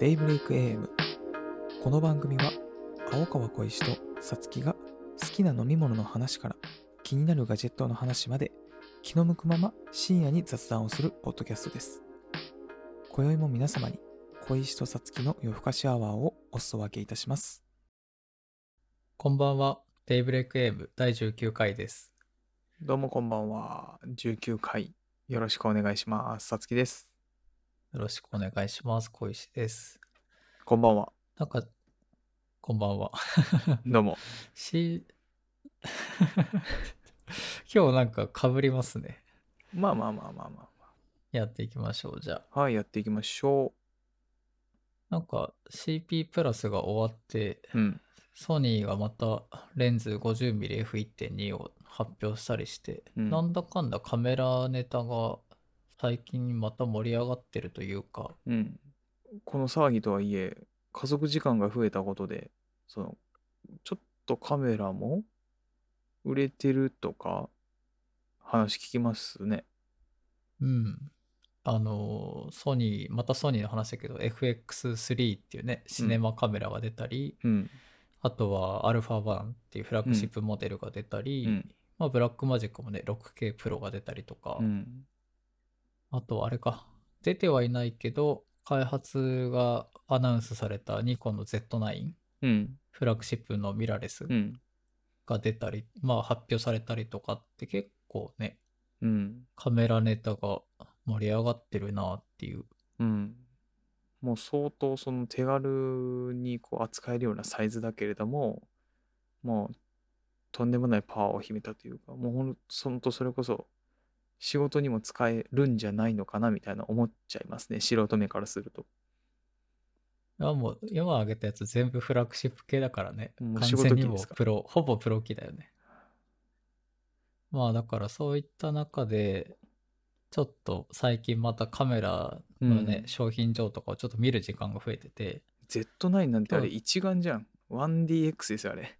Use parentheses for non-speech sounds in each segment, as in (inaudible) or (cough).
デイブレイク AM この番組は青川小石とさつきが好きな飲み物の話から気になるガジェットの話まで気の向くまま深夜に雑談をするポッドキャストです今宵も皆様に小石とさつきの夜更かしアワーをお裾分けいたしますこんばんは。デイブレイクエイブ第19回です。どうもこんばんは19回よろしくお願いしますさつきですよろしくお願いします。小石です。こんばんはなんか、こんばんは。 (laughs) どうもし、 (laughs) 今日なんか被りますね。まあまあまあまあまやっていきましょう。じゃあ、あはいやっていきましょなんか CP プラスが終わって、ううんソニーがまたレンズ 50mmF1.2 を発表したりして、うんなんだかんだカメラネタが最近また盛り上がってるというか、うん、この騒ぎとはいえ家族時間が増えたことでそのちょっとカメラも売れてるとか話聞きますね。うん。あのー、ソニー、またソニーの話だけど、FX3 っていうね、シネマカメラが出たり、うんあとは α1 っていうフラッグシップモデルが出たり、うんまあ、ブラックマジックもね、6K プロが出たりとか、うんあとあれか、出てはいないけど、開発がアナウンスされたニコンの Z9、うんフラッグシップのミラーレスうんが出たり、まあ発表されたりとかって結構ね、うんカメラネタが盛り上がってるなっていう。うんもう相当その手軽にこう扱えるようなサイズだけれどももうとんでもないパワーを秘めたというかもうほんとそのとそれこそ仕事にも使えるんじゃないのかなみたいな思っちゃいますね素人目からすると。あもう今挙げたやつ全部フラッグシップ系だからね。もう完仕事全に機でもすうかプロ、ほぼプロ機だよね。まあだからそういった中で、ちょっと最近またカメラのね、うん商品上とかをちょっと見る時間が増えてて、 Z9 なんてあれうん一眼じゃん。1DX ですよ、あれ。。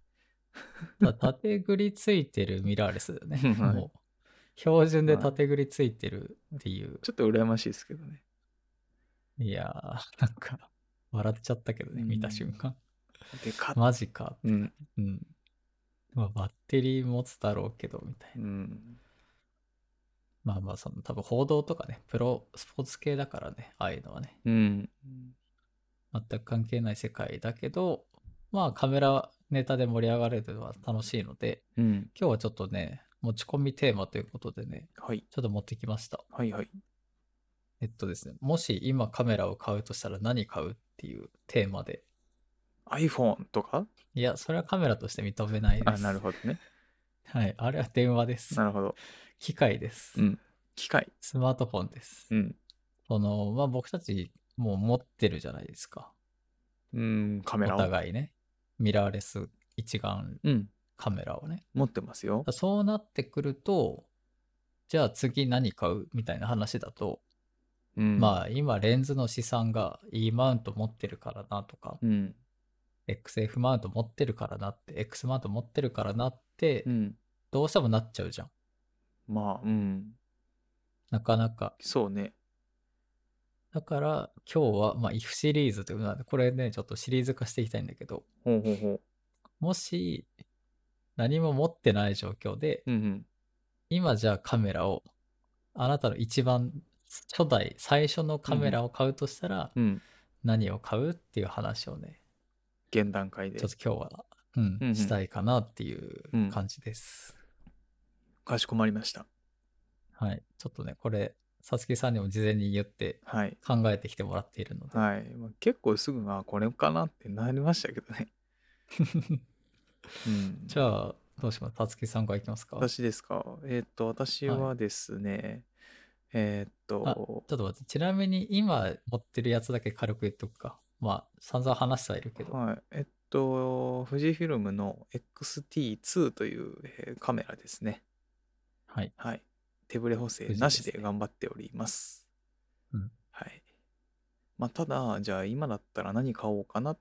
ただ縦グリついてるミラーレスだよね (laughs) はいもう標準で縦グリついてるっていう。ちょっと羨ましいですけどね。いやー、なんか笑っちゃったけどね、うん見た瞬間。でかっ。マジか。うん。うん。まあバッテリー持つだろうけど、みたいなう。ん。まあまあ、その多分報道とかね、プロスポーツ系だからね、ああいうのはね、うん。全く関係ない世界だけど、まあカメラネタで盛り上がれるのは楽しいので、うん。今日はちょっとね、持ち込みテーマということでね、はい。ちょっと持ってきました。はいはい。えっとですね、もし今カメラを買うとしたら何買うっていうテーマで、 iPhone とかいや、それはカメラとして認めないです。あ、なるほどね。はい、あれは電話です (laughs) な。るほど。機械です。うん機械。スマートフォンです。うん。その、まあ僕たちもう持ってるじゃないですか。うん、カメラおを。互いね、ミラーレス一眼うん。カメラをね。持ってますよ。そうなってくると、じゃあ次何買うみたいな話だと、うん。あ。まあ今レンズの資産が E マウント持ってるからなとか、うん。 XF マウント持ってるからなって、X マウント持ってるからなってう、ん。どうしてもなっちゃうじゃん。まあ、うん。なかなか。そうね。だから今日は、まあ IF シリーズということなんで、これね、ちょっとシリーズ化していきたいんだけど、ほうほうほもし何も持ってない状況で、う。うん今じゃあカメラをあなたの一番初代最初のカメラを買うとしたらうん。うん。何を買うっていう話をね現段階でちょっ。と今日は、うんうんうんしたいかなっていうんう感じです、かしこまりました。はいちょっとねこれさつきさんにも事前に言ってはい。考えてきてもらっているので、はい。まあ結構すぐ、あ、これかなってなりましたけどね。うん。 (laughs) じゃあどうしますさつきさんからいきますかち私ですかえーっと、私はいはですね、えーっと、ょっと待ってちなみに今持ってるやつだけ軽く言っとくかまあ散々話してはいるけど、はい、えっと、富士フィルムの XT2 という、えーカメラですね。はいはい。手ブレ補正富士なしですでね頑張っております。うんはい。まあ、ただ、じゃあ今だったら何買おうかなっ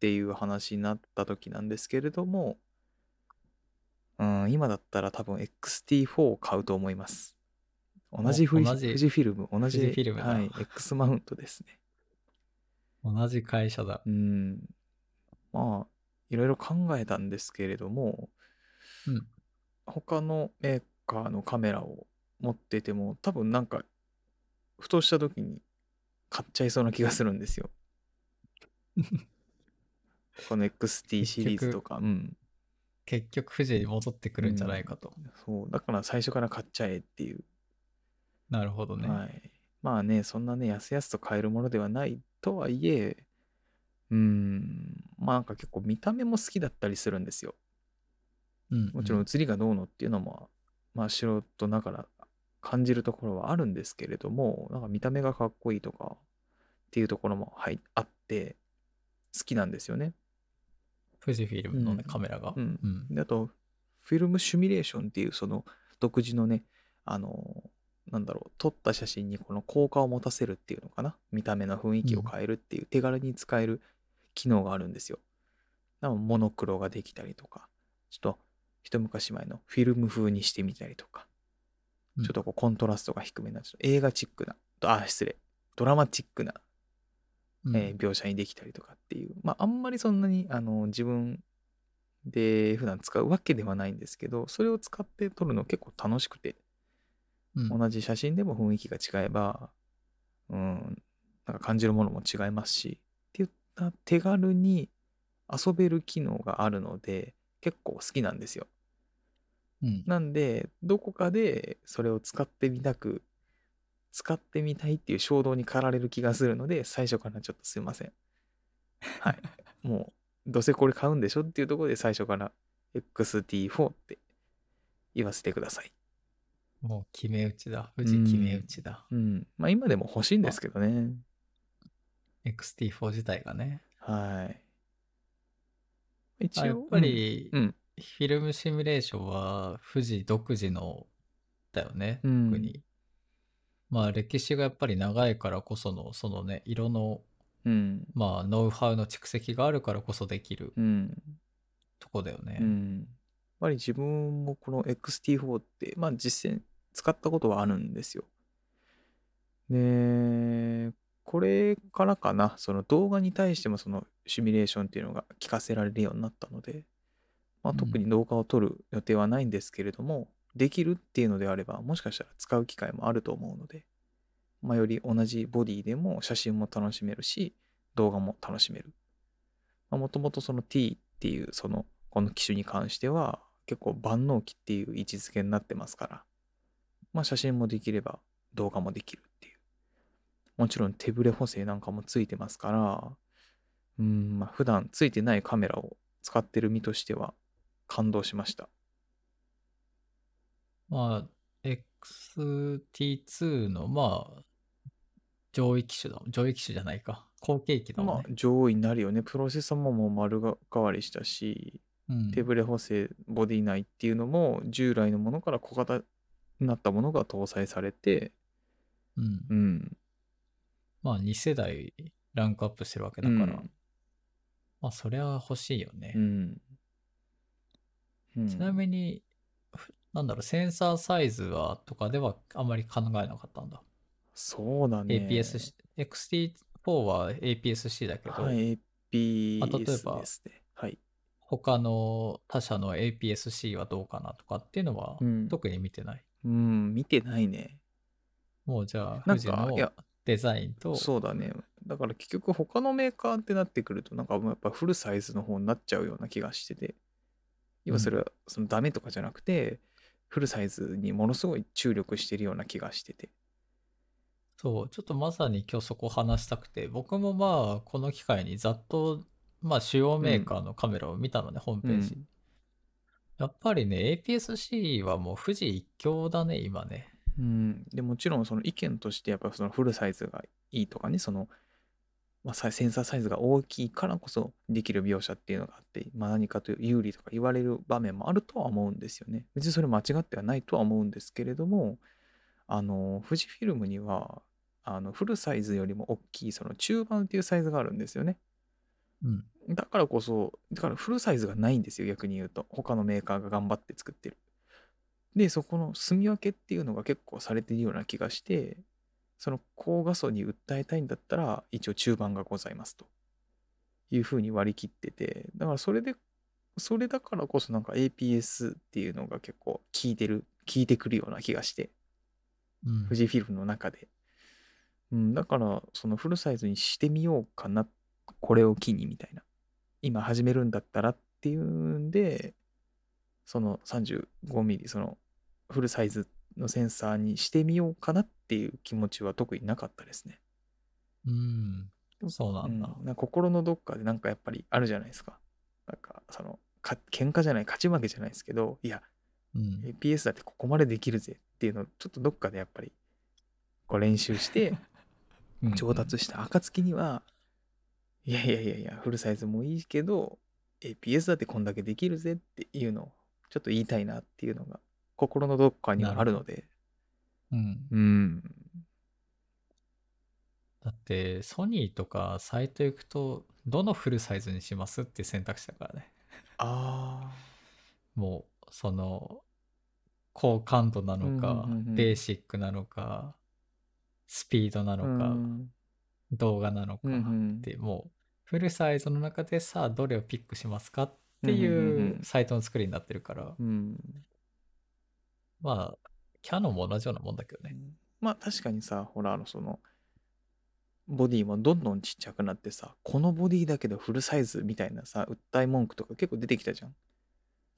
ていう話になった時なんですけれども、うん、今だったら多分 XT4 を買うと思います。同じお富士同じ富士フィルム、同じ富士フィルムだはい、X マウントですね。同じ会社だ。うん。まあ、いろいろ考えたんですけれども、うん他のメーカーのカメラを持ってても、多分なんか、ふとした時に買っちゃいそうな気がするんです (laughs) よ。この XT シリーズとか、うん。結局、富士に戻ってくるんじゃないかと。そう、だから最初から買っちゃえっていう。なるほどね。はい。まあね、そんなね、やすやすと買えるものではないとはいえ、うん、まあなんか結構見た目も好きだったりするんですよ。うん、もちろんう写りがどうのっていうのも、まあ素人ながら感じるところはあるんですけれども、なんか見た目がかっこいいとかっていうところも、はい、あって、好きなんですよね。富士フィルムの、ねうんカメラが。うんうんであと、フィルムシミュレーションっていう、その独自のね、あの、なんだろう、撮った写真にこの効果を持たせるっていうのかな。見た目の雰囲気を変えるっていう、手軽に使える機能があるんですよ。なのでモノクロができたりとか、ちょっと一昔前のフィルム風にしてみたりとか、ちょうんっとこうコントラストが低めな、ちょっと映画チックな、あ、失礼、ドラマチックなうんえー描写にできたりとかっていう、まあ、あんまりそんなにあの自分で普段使うわけではないんですけどそれを使って撮るの結構楽しくて、うん同じ写真でも雰囲気が違えば、うん、なんか感じるものも違いますしっていった手軽に遊べる機能があるので結構好きなんですよ。うんなんでどこかでそれを使ってみたく使ってみたいっていう衝動に駆られる気がするので最初からちょっとすいません。はい。もうどうせこれ買うんでしょっていうところで最初から XT4 って言わせてください。もう決め打ちだ。富士決め打ちだ。うん。まあ今でも欲しいんですけどね。 XT4 自体がね。はい。一あやっぱ、り、うんうんフィルムシミュレーションは富士独自のだよね、うん特に。まあ歴史がやっぱり長いからこその、そのね、色の、うん。まあノウハウの蓄積があるからこそできるうん。とこだよね。うん、やっぱり自分もこの XT4 って、まあ、実践使ったことはあるんですよ。でこれからかなその動画に対してもそのシミュレーションっていうのが聞かせられるようになったので、まあ、うん特に動画を撮る予定はないんですけれども、できるっていうのであればもしかしたら使う機会もあると思うので、まあ、より同じボディでも写真も楽しめるし動画も楽しめるもともとその T っていうそのこの機種に関しては結構万能機っていう位置づけになってますから、まあ、写真もできれば動画もできるっていうもちろん手ブレ補正なんかもついてますからうんまあ普段ついてないカメラを使ってる身としては感動しましたまあ XT2 の、まあ、上位機種だ。上位機種じゃないか。後継機だもんまあね。上位になるよねプロセッサーももう丸が変わりしたしうん手ブレ補正ボディ内っていうのも従来のものから小型になったものが搭載されてうんうんまあ2世代ランクアップしてるわけだから、まあそりゃ欲しいよね。うん、うん、ちなみに、ふなんだろう、センサーサイズはとかではあまり考えなかったんだ。そうだね APS-C、XT4 は APS-C だけど、はいあ例え APS ばですねはい他の他社の APS-C はどうかなとかっていうのは、うん特に見てない。うん見てないねもうじゃあ、なん富士かのいやデザインと、そうだねだから結局他のメーカーってなってくるとなんかもうやっぱフルサイズの方になっちゃうような気がしてて今それはそのダメとかじゃなくて、フルサイズにものすごい注力してるような気がしててそう、ちょっとまさに今日そこ話したくて、僕もまあ、この機会にざっと、まあ、主要メーカーのカメラを見たのね、ホームページ。うんやっぱりね、APS-C はもう富士一強だね、今ね。うん、でもちろんその意見としてやっぱそのフルサイズがいいとかねその、まあ、さセンサーサイズが大きいからこそできる描写っていうのがあって、まあ、何かという有利とか言われる場面もあるとは思うんですよね別にそれ間違ってはないとは思うんですけれどもあの富士フィルムにはあのフルサイズよりも大きいその中盤っていうサイズがあるんですよねうん。だからこそ、だからフルサイズがないんですよ、逆に言うと。他のメーカーが頑張って作ってる。で、そこの住み分けっていうのが結構されてるような気がして、その高画素に訴えたいんだったら一応中盤がございますというふうに割り切っててだからそれでそれだからこそなんか APS っていうのが結構効いてる効いてくるような気がしてうん富士フィルムの中で、うん、だからそのフルサイズにしてみようかなこれを機にみたいな今始めるんだったらっていうんでその 35mm そのフルサイズのセンサーにしてみようかなっていう気持ちは特になかったですね。うん。そうなんだ。うんなんか心のどっかでなんかやっぱりあるじゃないですか。なんかそのか喧嘩じゃない勝ち負けじゃないですけどいやうん。 APS だってここまでできるぜっていうのをちょっとどっかでやっぱりこう練習してうん上達した暁には、いやいやいやいや、フルサイズもいいけど、APS だってこんだけできるぜっていうのを、ちょっと言いたいなっていうのが、心のどこかにはあるので、うん。うん。だって、ソニーとかサイト行くと、どのフルサイズにしますって選択肢だからね。あもう、その、高感度なのかうんうんうんう、んベーシックなのか、スピードなあ、のかう、ん動画なのかうんうんって、もう、フルサイズの中でさあ、どれをピックしますかってんんいんうサイトの作りになってるから、うん。まあ、キャノンも同じようなもんだけどね。まあ確かにさ、ほら、あの、その、ボディもどんどんちっちゃくなってさ、このボディだけどフルサイズみたいなさ、訴え文句とか結構出てきたじゃん。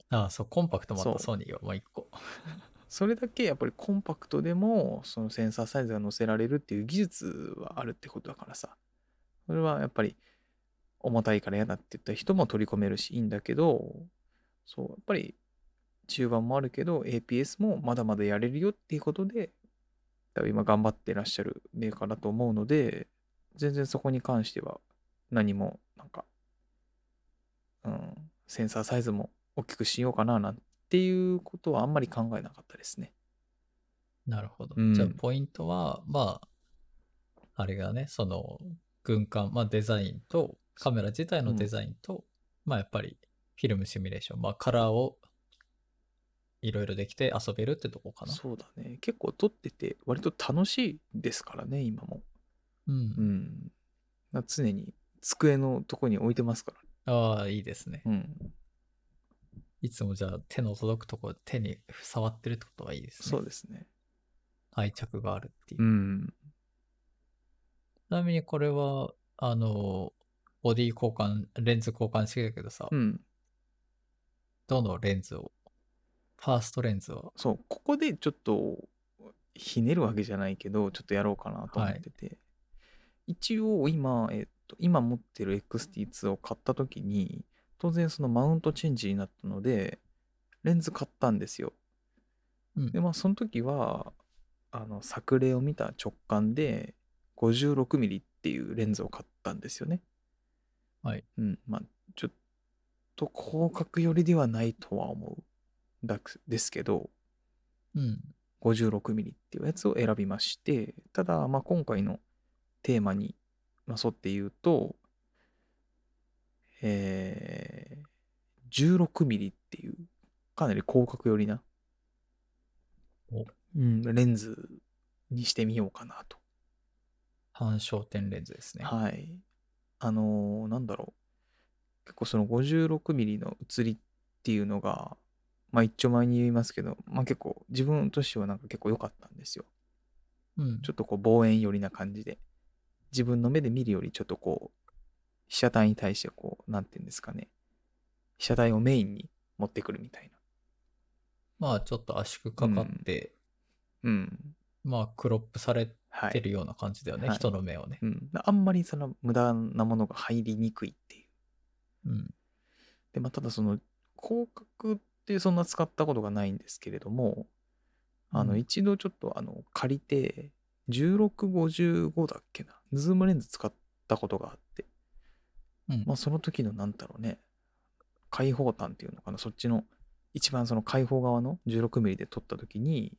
ああ、そう、コンパクトもあったそソニーはもう一個。それだけやっぱりコンパクトでもそのセンサーサイズが載せられるっていう技術はあるってことだからさそれはやっぱり重たいから嫌だって言った人も取り込めるしいいんだけどそうやっぱり中盤もあるけど APS もまだまだやれるよっていうことで多分今頑張ってらっしゃるメーカーだと思うので全然そこに関しては何もなんかうんセンサーサイズも大きくしようかななんてっていうことはあんまり考えなかったですね。なるほど。うんじゃあ、ポイントは、まあ、あれがね、その、軍艦、まあ、デザインと、カメラ自体のデザインと、まあ、やっぱり、フィルムシミュレーション、まあ、カラーを、いろいろできて遊べるってとこかな。そうだね。結構撮ってて割と楽しいですからね、今も。う。うんん。な常に机のとこに置いてますかああ、いいですね。ら。うん。いつもじゃあ、手の届くとこ、手に触ってるってことはいいですね。そうですね。愛着があるっていう。うん。ちなみに、これは、あの、ボディ交換、レンズ交換してるけどさ、うん。どのレンズを、ファーストレンズは、そう、ここでちょっとひねるわけじゃないけど、ちょっとやろうかなと思ってて。一応今、えっと、今持ってる XT2 を買った時に、当然そのマウントチェンジになったので、レンズ買ったんですよ。うんでまあその時はあの作例を見た直感で 56mm っていうレンズを買ったんですよね。はい。うん。まあちょっと広角寄りではないとは思うだくですけど 56mm っていうやつを選びましてただまあ今回のテーマにまあ沿って言うとえー、16mm っていうかなり広角寄りなお、うん、レンズにしてみようかなと。半焦点レンズですね。はい。あのーなんだろう。結構その 56mm の写りっていうのが、まあ一丁前に言いますけど、まあ結構自分としてはなんか結構良かったんですよ。うんちょっとこう望遠寄りな感じで、自分の目で見るよりちょっとこう、被写体に対してこう、なんて言うんですかね。被写体をメインに持ってくるみたいまあちょっと圧縮かかって、な。うん。まあクロップされはてい。るような感じだよね、はい人の目をね。うん。あんまりその無駄なものが入りにくいっていう。うん。で、まあ、ただその広角ってそんな使ったことがないんですけれども、あうのん一度ちょっとあの借りて、1655だっけな、ズームレンズ使ったことがあって、うんまあその時のなんだろうね、開放端っていうのかな、そっちの一番その開放側の 16mm で撮った時に、やっ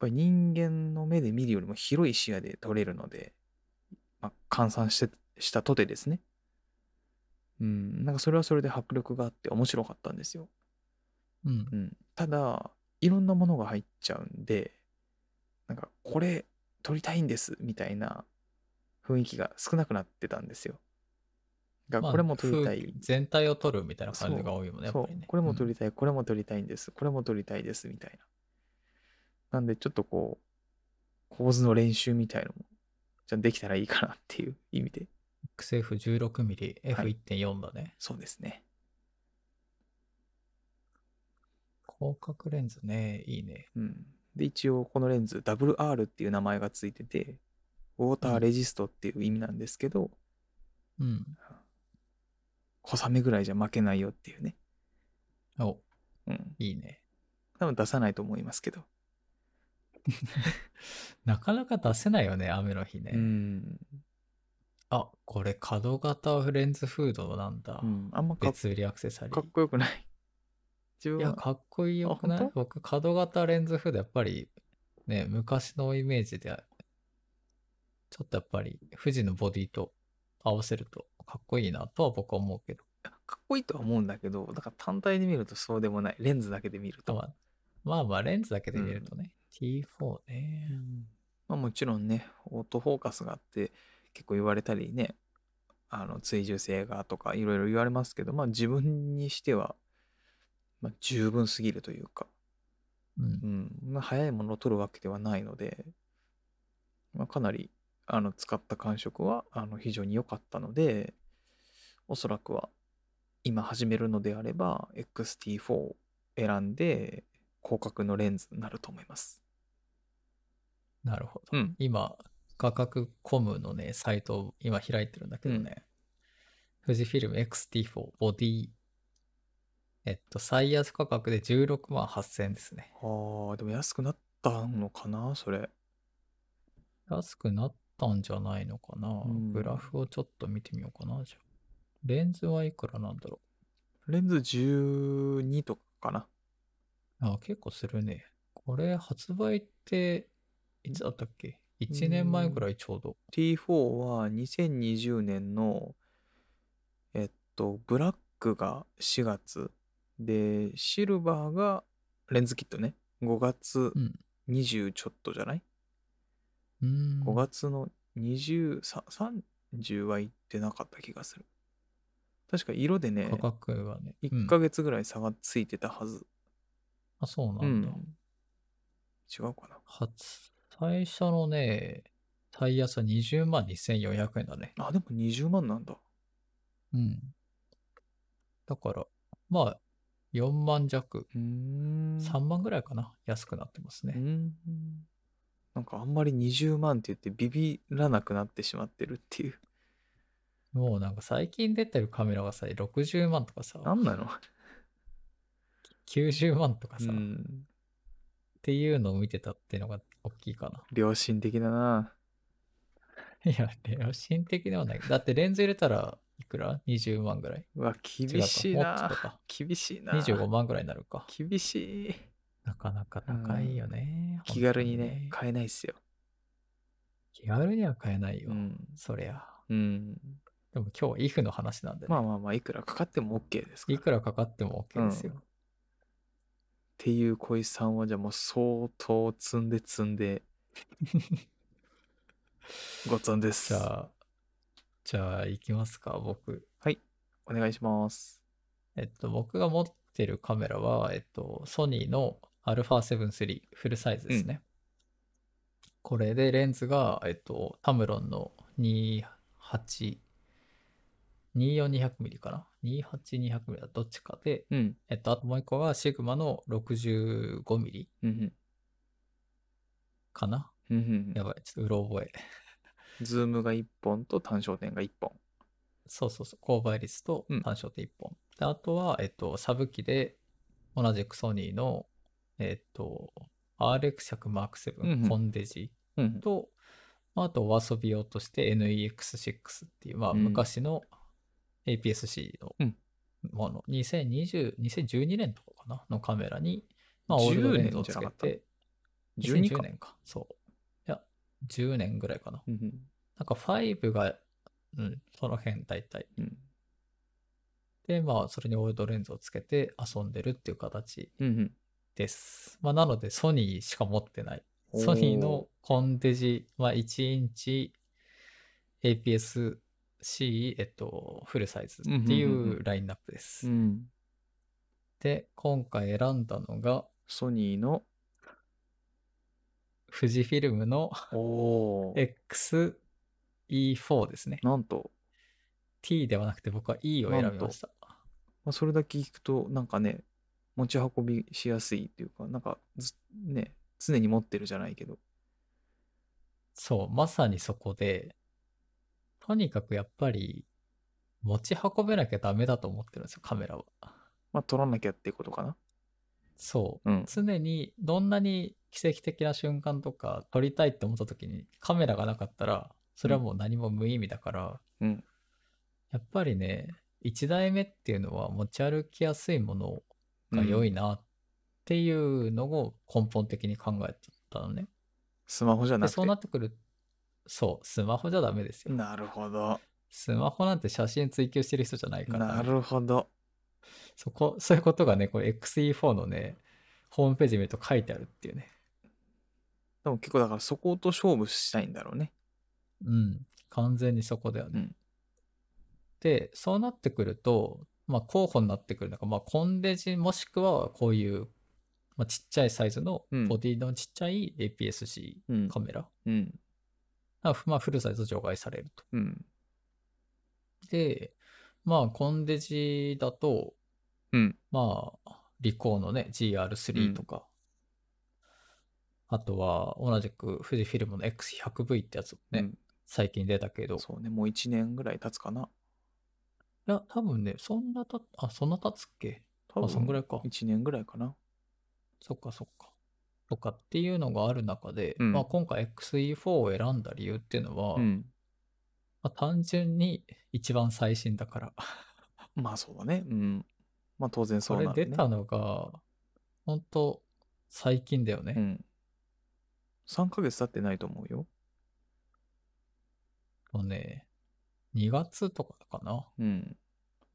ぱり人間の目で見るよりも広い視野で撮れるので、まあ、換算してしたとてですね。うん、なんかそれはそれで迫力があって面白かったんですよ。うんう。ん、ただいろんなものが入っちゃうんでなんかこれ撮りたいんですみたいな雰囲気が少なくなってたんですよ。が、まあこれも撮りたい、風全体を撮るみたいな感じが多いもんね、やっそぱうりね。これも撮うんりたい、これも撮りたいんですこれも撮りたいですみたいななんでちょっとこう構図の練習みたいのもじゃあできたらいいかなっていう意味で XF16mm、はい F1.4 だね、そうですね広角レンズね、いいね。うんで一応このレンズ WR っていう名前がついててウォーターレジストっていう意味なんですけど、うん。小雨ぐらいじゃ負けないよっていうねお、うんいいね。多分出さないと思いますけど、なかなか出せないよね、雨の日ね。うん、あ、これ角型フレンズフードなんだ。うん、あんまかっ別売りアクセサリかーっ。こよくない自分いはや、かっこいいよくなあ本い僕、角型レンズフード、やっぱりね、昔のイメージで、ちょっとやっぱり富士のボディと合わせるとかっこいいなとは僕は思うけど。かっこいいとは思うんだけど、だから単体で見るとそうでもない。レンズだけで見ると。まあ、まあまあ、レンズだけで見るとね、T4 ね。まあもちろんね、オートフォーカスがあって、結構言われたりね、あの、追従性がとかいろいろ言われますけど、まあ自分にしては、まあ十分すぎるというか、うんう。ん、まあ早いものを撮るわけではないので、まあかなり、あの、使った感触は、あの、非常に良かったので、おそらくは、今始めるのであれば、XT4 を選んで、広角のレンズになると思います。なるほど。うん。今、価格コムのね、サイトを今開いてるんだけどね、富士フィルム XT4 ボディ、えっと、最安価格で16万8000円ですね。ああ、でも安くなったのかな、それ。安くなったんじゃないのかな、んグラフをちょっと見てみようかな、じゃあ。レンズはいくらなんだろレンズ12とかかな。うあ、結構するね。これ、発売って、いつだったっけ ?1 年前ぐらいちょうど。 T4 は2020年の、えっと、ブラックが4月、で、シルバーがレンズキットね、5月うん20ちょっとじゃない、うーん。 ?5 月の20、さ30は行ってなかった気がする。確か色でね価、格がね。うん1ヶ月ぐらい差がついてたはず。あ、そううなんだ。ん。違うか初、最初のね、タイヤ差20万2400円だね。な。あ、でも20万なんだ。うん。だから、まあ、4万弱、うーん。 3万ぐらいかな、安くなってますうね。ん。なんかあんまり20万って言ってビビらなくなってしまってるっていう。もうなんか最近出てるカメラがさ、60万とかさ、なんなの90万とかうさ、っん。ていうのを見てたっていうのが大きいかな。 (laughs) 良心的だな。いや、良心的ではない。だってレンズ入れたらいくら ?20 万ぐらいうわ、厳しい違うかもっとなか。厳しいな。 ?25 万ぐらいになるか。厳しい。なかなか高いよね。気軽に本当ね、買えないっすよ。気軽には買えないよ。うん。そりゃ。うん。でも今日、イフの話なんで、ねまあまあまあ、いくらかかっても OK ですから。いっくらかかっても OK ですよ。うんていう小石さんは、じゃあもう相当積んで積ん (laughs) で、ごっつぁんですじゃ。あ、じゃあ行きますか、僕。お願いします。えっと、僕が持ってるカメラは、えっと、ソニーの α7 IIIフルサイズですね。これでレンズが、えっと、タムロンの28、24200mm かな ?28200mm だ、どっちかで、うん。えっと、あともう一個はシグマの 65mm うんかなうん。うんうやばい、ちょっとうろ覚え。ん。ズームが1本と単焦点が1本。そうそうそう、購買率とうん単焦点1本。で、あとは、えっと、サブ機で、同じくソニーの、えっと、RX100M7、うんうんコンデジうん。と、まあ、あとお遊び用として NEX6 っていう、まあ、うん昔の APS-C のうんもの、2020、2012年とかかなのカメラに、まあ、オールドレンズをつけ10年じゃなて、 12 2010か。年か、そう。いや、10年ぐらいかな。うんうんなんか5が、うん、その辺大体。うんで、まあ、それにオールドレンズをつけて遊んでるっていう形うんうんです。まあ、なので、ソニーしか持ってないソニーのコンデジは1インチ APS-C、えっと、フルサイズっていんうんうんううんラインナップです。うん。で、今回選んだのが、ソニーの、富士フィルムのおー XE4 ですね。なんと、 T ではなくて僕は E を選びました。まあ、それだけ聞くと、なんかね、持ち運びしやすいっていうか、なんかず、ね、常に持ってるじゃないけど。そう、まさにそこで、とにかくやっぱり持ち運べなきゃダメだと思ってるんですよ、カメラは。まあ、撮らなきゃってことかな。そう。うん。常にどんなに奇跡的な瞬間とか撮りたいって思った時にカメラがなかったらそれはもう何も無意味だから、うんやっぱりね1台目っていうのは持ち歩きやすいものが良いなっていうのを根本的に考えてたのね、スマホじゃなでくて。そうなってくるそうスマホじゃダメですよ、なるほど。スマホなんて写真追求してる人じゃないからなるほど。そこそういうことがねこれ XE4 のねホームページ見ると書いてあるっていうねでも結構だからそこと勝負したいんだろうね。うん、完全にそこだよね。うんで、そうなってくると、まあ、候補になってくるのが、まあ、コンデジもしくはこういう、まあ、ちっちゃいサイズのうんボディのちっちゃい APS-C うんカメラ、うん。あまあ、フルサイズ除外されると。うん。で、まあ、コンデジだと、うんまあ、リコーのね、GR3 とか、あとは同じく富士フィルムの X100V ってやつもね、うん最近出たけど、そうね。もう1年ぐらい経つかな。いや、多分ね、そんなた、あ、そんな経つっけ多あ、そんぐら分いか。 1年ぐらいかな。そっかそっか。とかっていうのがある中で、うんまあ、今回 XE4 を選んだ理由っていうのは、うん。まあ、単純に一番最新だから。まあそうだね。うん。まあ当然そそうれなんだ、ね。出たのが、本当最近だよね。うん。3ヶ月経ってないと思うよ。もうね、2月とかかな。うん。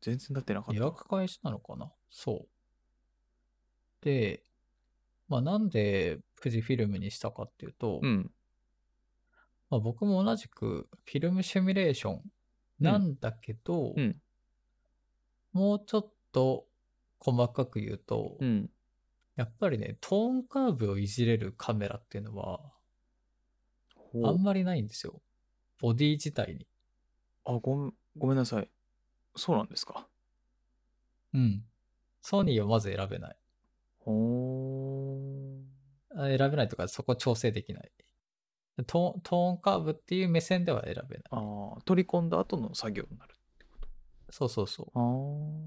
全然経ってなかっ予た。約開始なのかなそう。で、まあ、なんで富士フィルムにしたかっていうと、うん。まあ、僕も同じくフィルムシミュレーションなんだけど、うんもうちょっと細かく言うと、うん。やっぱりね、トーンカーブをいじれるカメラっていうのはあほうんまりないんですよ。ボディ自体に。あごめん、ごめんなさい。そうなんですか。うん。ソニーはまず選べない。ほー。あ選べないとかそこ調整できない。トーントーンカーブっていう目線では選べない。ああ、取り込んだ後の作業になる。そうそうそう。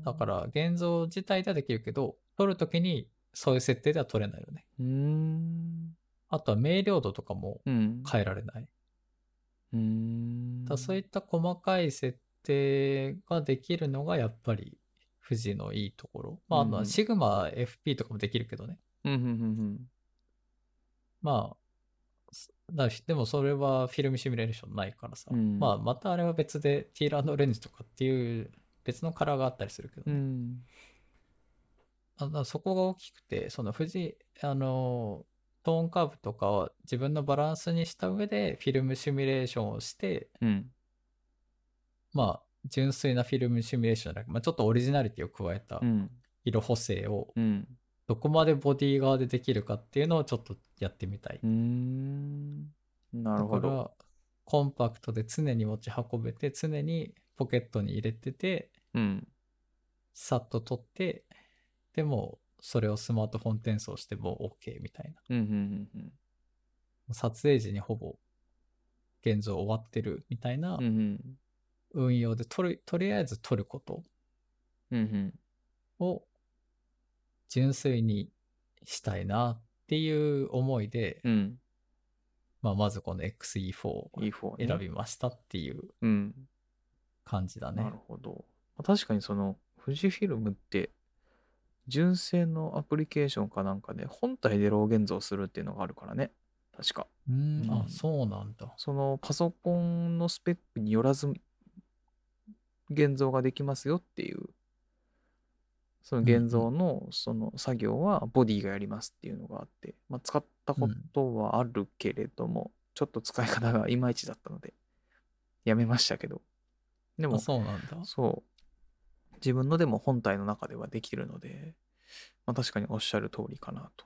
ああ。だから現像自体ではできるけど、撮るときにそういう設定では撮れないよね。うーん。あとは明瞭度とかもうん。変えられない。うーん。だそういった細かい設定ができるのがやっぱり富士のいいところ。まあ、あうんうの、んシグマ FP とかもできるけどね。うんうんうんまあ、すだしでもそれはフィルムシミュレーションないからさ。うんまあ、またあれは別でティーラーのレンジとかっていう別のカラーがあったりするけどうん。うね。ん。あだからそこが大きくて、その富士、あの、トーンカーブとかを自分のバランスにした上でフィルムシミュレーションをして、うん。まあ、純粋なフィルムシミュレーションじゃなく、まあ、ちょっとオリジナリティを加えたうん。色補正をうん。どこまでボディ側でできるかっていうのをちょっとやってみたい。うーん。なるほだかど。ら、コンパクトで常に持ち運べて、常にポケットに入れてて、うん。さっと撮って、でも、それをスマートフォン転送しても OK みたいな。うん。うん。うん撮影時にほぼ現像終わってるみたいなうん。うん。運用で、とるとりあえず撮ることうんうん。を純粋にしたいなっていう思いで、うん。まあ、まずこの XE4 をいい方ね。選びましたっていううん。感じだね。なるほど。まあ確かにその、富士フィルムって、純正のアプリケーションかなんかで、本体でロー現像するっていうのがあるからね。確か。うーんうんあそうなんだ。そのパソコンのスペックによらず現像ができますよっていうその現像のその作業はボディがやりますっていうのがあって、まあ、使ったことはあるけれども、ちょっと使い方がいまいちだったのでやめましたけどであもそうなんだ。そう自分のでも本体の中ではできるので、まあ、確かにおっしゃる通りかなと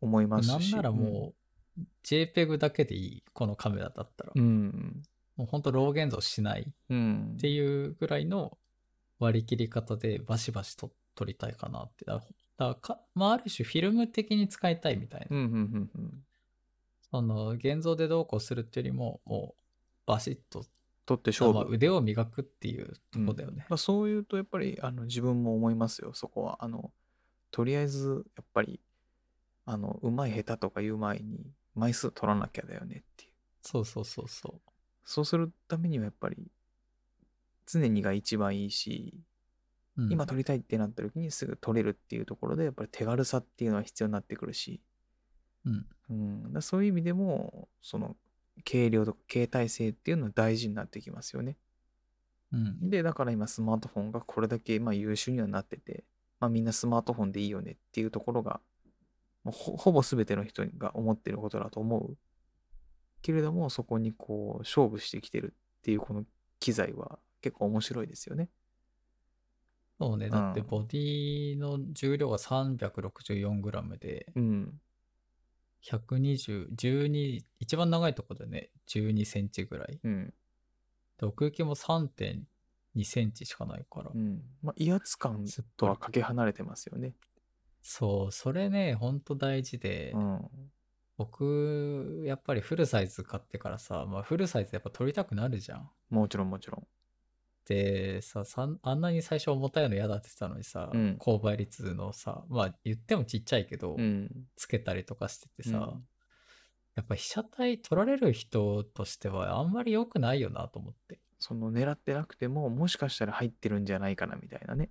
思いますなんしならもう、JPEG だけでいい、このカメラだったら。うんうんもうほんと、ロー現像しないうんっていうぐらいの割り切り方でバシバシと撮りたいかなって。だだかまあ、ある種フィルム的に使いたいみたいな。うんうんうんうんその現像でどうこうするっていうよりも、もうバシッと、取って勝負、まあ、腕を磨くっていうとうんこだよね。まあ、そういうとやっぱりあの自分も思いますよそこはあのとりあえずやっぱりあのうまい下手とかいう前に枚数取らなきゃだよねっていうそうそうそうそそうするためにはやっぱり常にが一番いいしう。うん今撮りたいってなった時にすぐ撮れるっていうところでやっぱり手軽さっていうのは必要になってくるし、うんうん、だからそういう意味でもその軽量とか携帯性っていうのは大事になってきますよねうん。で、だから今スマートフォンがこれだけまあ優秀にはなってて、まあみんなスマートフォンでいいよねっていうところが、もうほほぼ全ての人が思ってることだと思う。けれども、そこにこう勝負してきてるっていうこの機材は結構面白いですよね。そうね。だってうんボディの重量が 364g で、うん。 120、12、一番長いとこでね、12センチぐらい。うん。で、奥行きも3.2センチしかないから。うん。まあ威圧感すっとぽりはかけ離れてますよね。そう、それね、ほんと大事で、うん。僕、やっぱりフルサイズ買ってからさ、まあフルサイズやっぱ撮りたくなるじゃん。もちろんもちろん。でさ、さんあんなに最初重たいの嫌だって言ってたのにさ、うん購買率のさ、まあ言ってもちっちゃいけど、うん。つけたりとかしててさ、うんやっぱ被写体撮られる人としてはあんまり良くないよなと思って。その狙ってなくても、もしかしたら入ってるんじゃないかなみたいなね。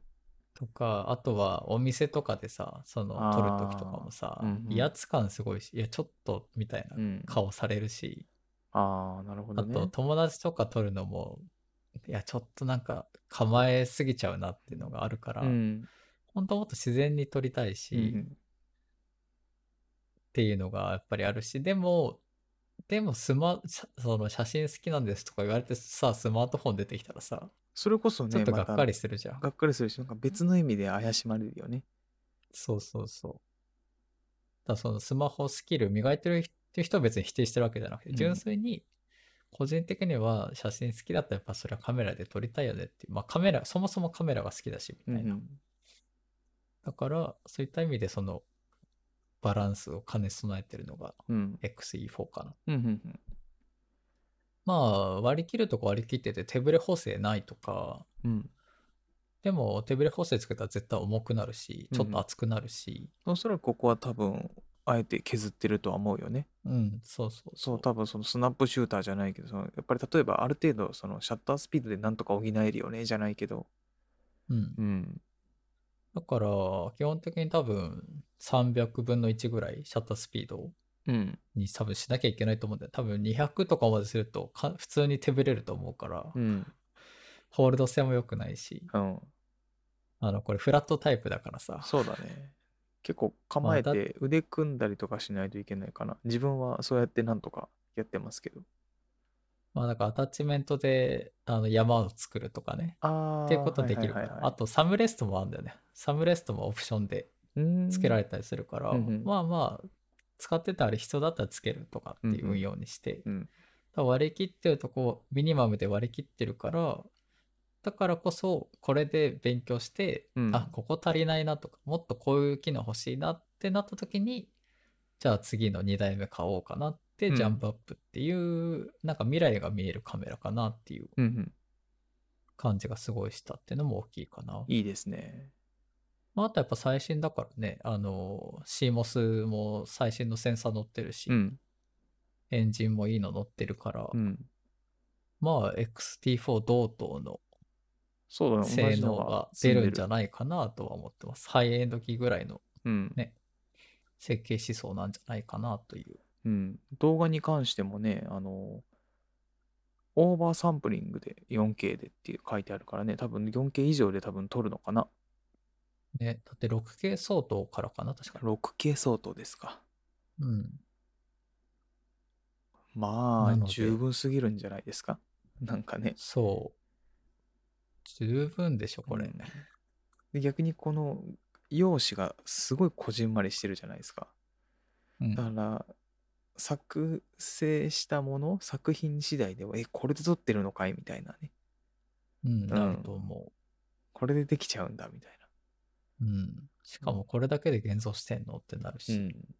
とか、あとはお店とかでさ、そのあー撮る時とかもさ、うんうん威圧感すごいし、いや、ちょっとみたいなうん。顔されるし、ああ、なるほどあね。と友達とか撮るのも、いや、ちょっとなんか構えすぎちゃうなっていうのがあるから、うん。本当もっと自然に撮りたいし、うんうっんていうのがやっぱりあるし、でも、でもスマ、さその写真好きなんですとか言われてさ、スマートフォン出てきたらさ、それこそね、ちょっとがまったかりするじゃん。がっかりするし、なんか別の意味で怪しまれるよね。そうそうそう。だからそのスマホスキル磨いてる人っていう人は別に否定してるわけじゃなくて、うん純粋に個人的には写真好きだったらやっぱそれはカメラで撮りたいよねっていう、まあカメラ、そもそもカメラが好きだしみたいな。だからそういった意味でそのバランスを兼ね備えてるのがうん XE4 かな。うんうんまあ割り切るとこ割り切ってて手ブレ補正ないとか、うんうんでも手ブレ補正つけたら絶対重くなるし、ちょっと厚くなるし、おそらくここは多分、あえて削ってるとは思うよね。うん、そうそうそう、多分そのスナップシューターじゃないけど、そのやっぱり例えばある程度、そのシャッタースピードでなんとか補えるよね、じゃないけど。うん。うん。だから、基本的に多分300分の1ぐらいシャッタースピードうん。に多分しなきゃいけないと思うんだよ。多分200とかまでするとか普通に手ぶれると思うから、うん。ホールド性も良くないし、うん。あの、これフラットタイプだからさ、そうだね。結構構えまあて腕組んだりとかしないといけないかな。自分はそうやってなんとかやってますけど。まあなんかアタッチメントであの山を作るとかね、ああ。っていうことできるかはいら、はいはいあとサムレストもあるんだよね。サムレストもオプションではい、つけられれたりするから、うんうんまあまあ、使ってたり必要だったらつけるとかっていう運用にして、うん。だから割り切ってるとこミニマムで割り切ってるからだからこそこれで勉強して、うんあここ足りないなとかもっとこういう機能欲しいなってなった時にじゃあ次の2台目買おうかなってうんジャンプアップっていう、なんか未来が見えるカメラかなっていううんうん。感じがすごいしたっていうのも大きいかな、いいですね。まあ、あとやっぱ最新だからねあの CMOS も最新のセンサー乗ってるし、うん。エンジンもいいの乗ってるから、うん。まあ XT4 同等のそうだね。同性じ能のが出るんじゃなないかなとは思ってます。ハイエンド機ぐらいのうんね設計思想なんじゃないかなという。うん。動画に関してもね、あの、オーバーサンプリングで 4K でっていう書いてあるからね、多分 4K 以上で多分撮るのかな。ね、だって 6K 相当からかな、確かに。 6K 相当ですか。うん。まなのあ、で十分すぎるんじゃないですかなんかね。そう。十分でしょ、これ。うんで逆にこの容姿がすごいこじんまりしてるじゃないですか。うんだから、作成したもの、作品次第では、え、これで撮ってるのかいみたいなね。うん、なると思。これでできちゃうんだ、みたいううん。しかもこれだけで現像してんのってなるし。な。うん。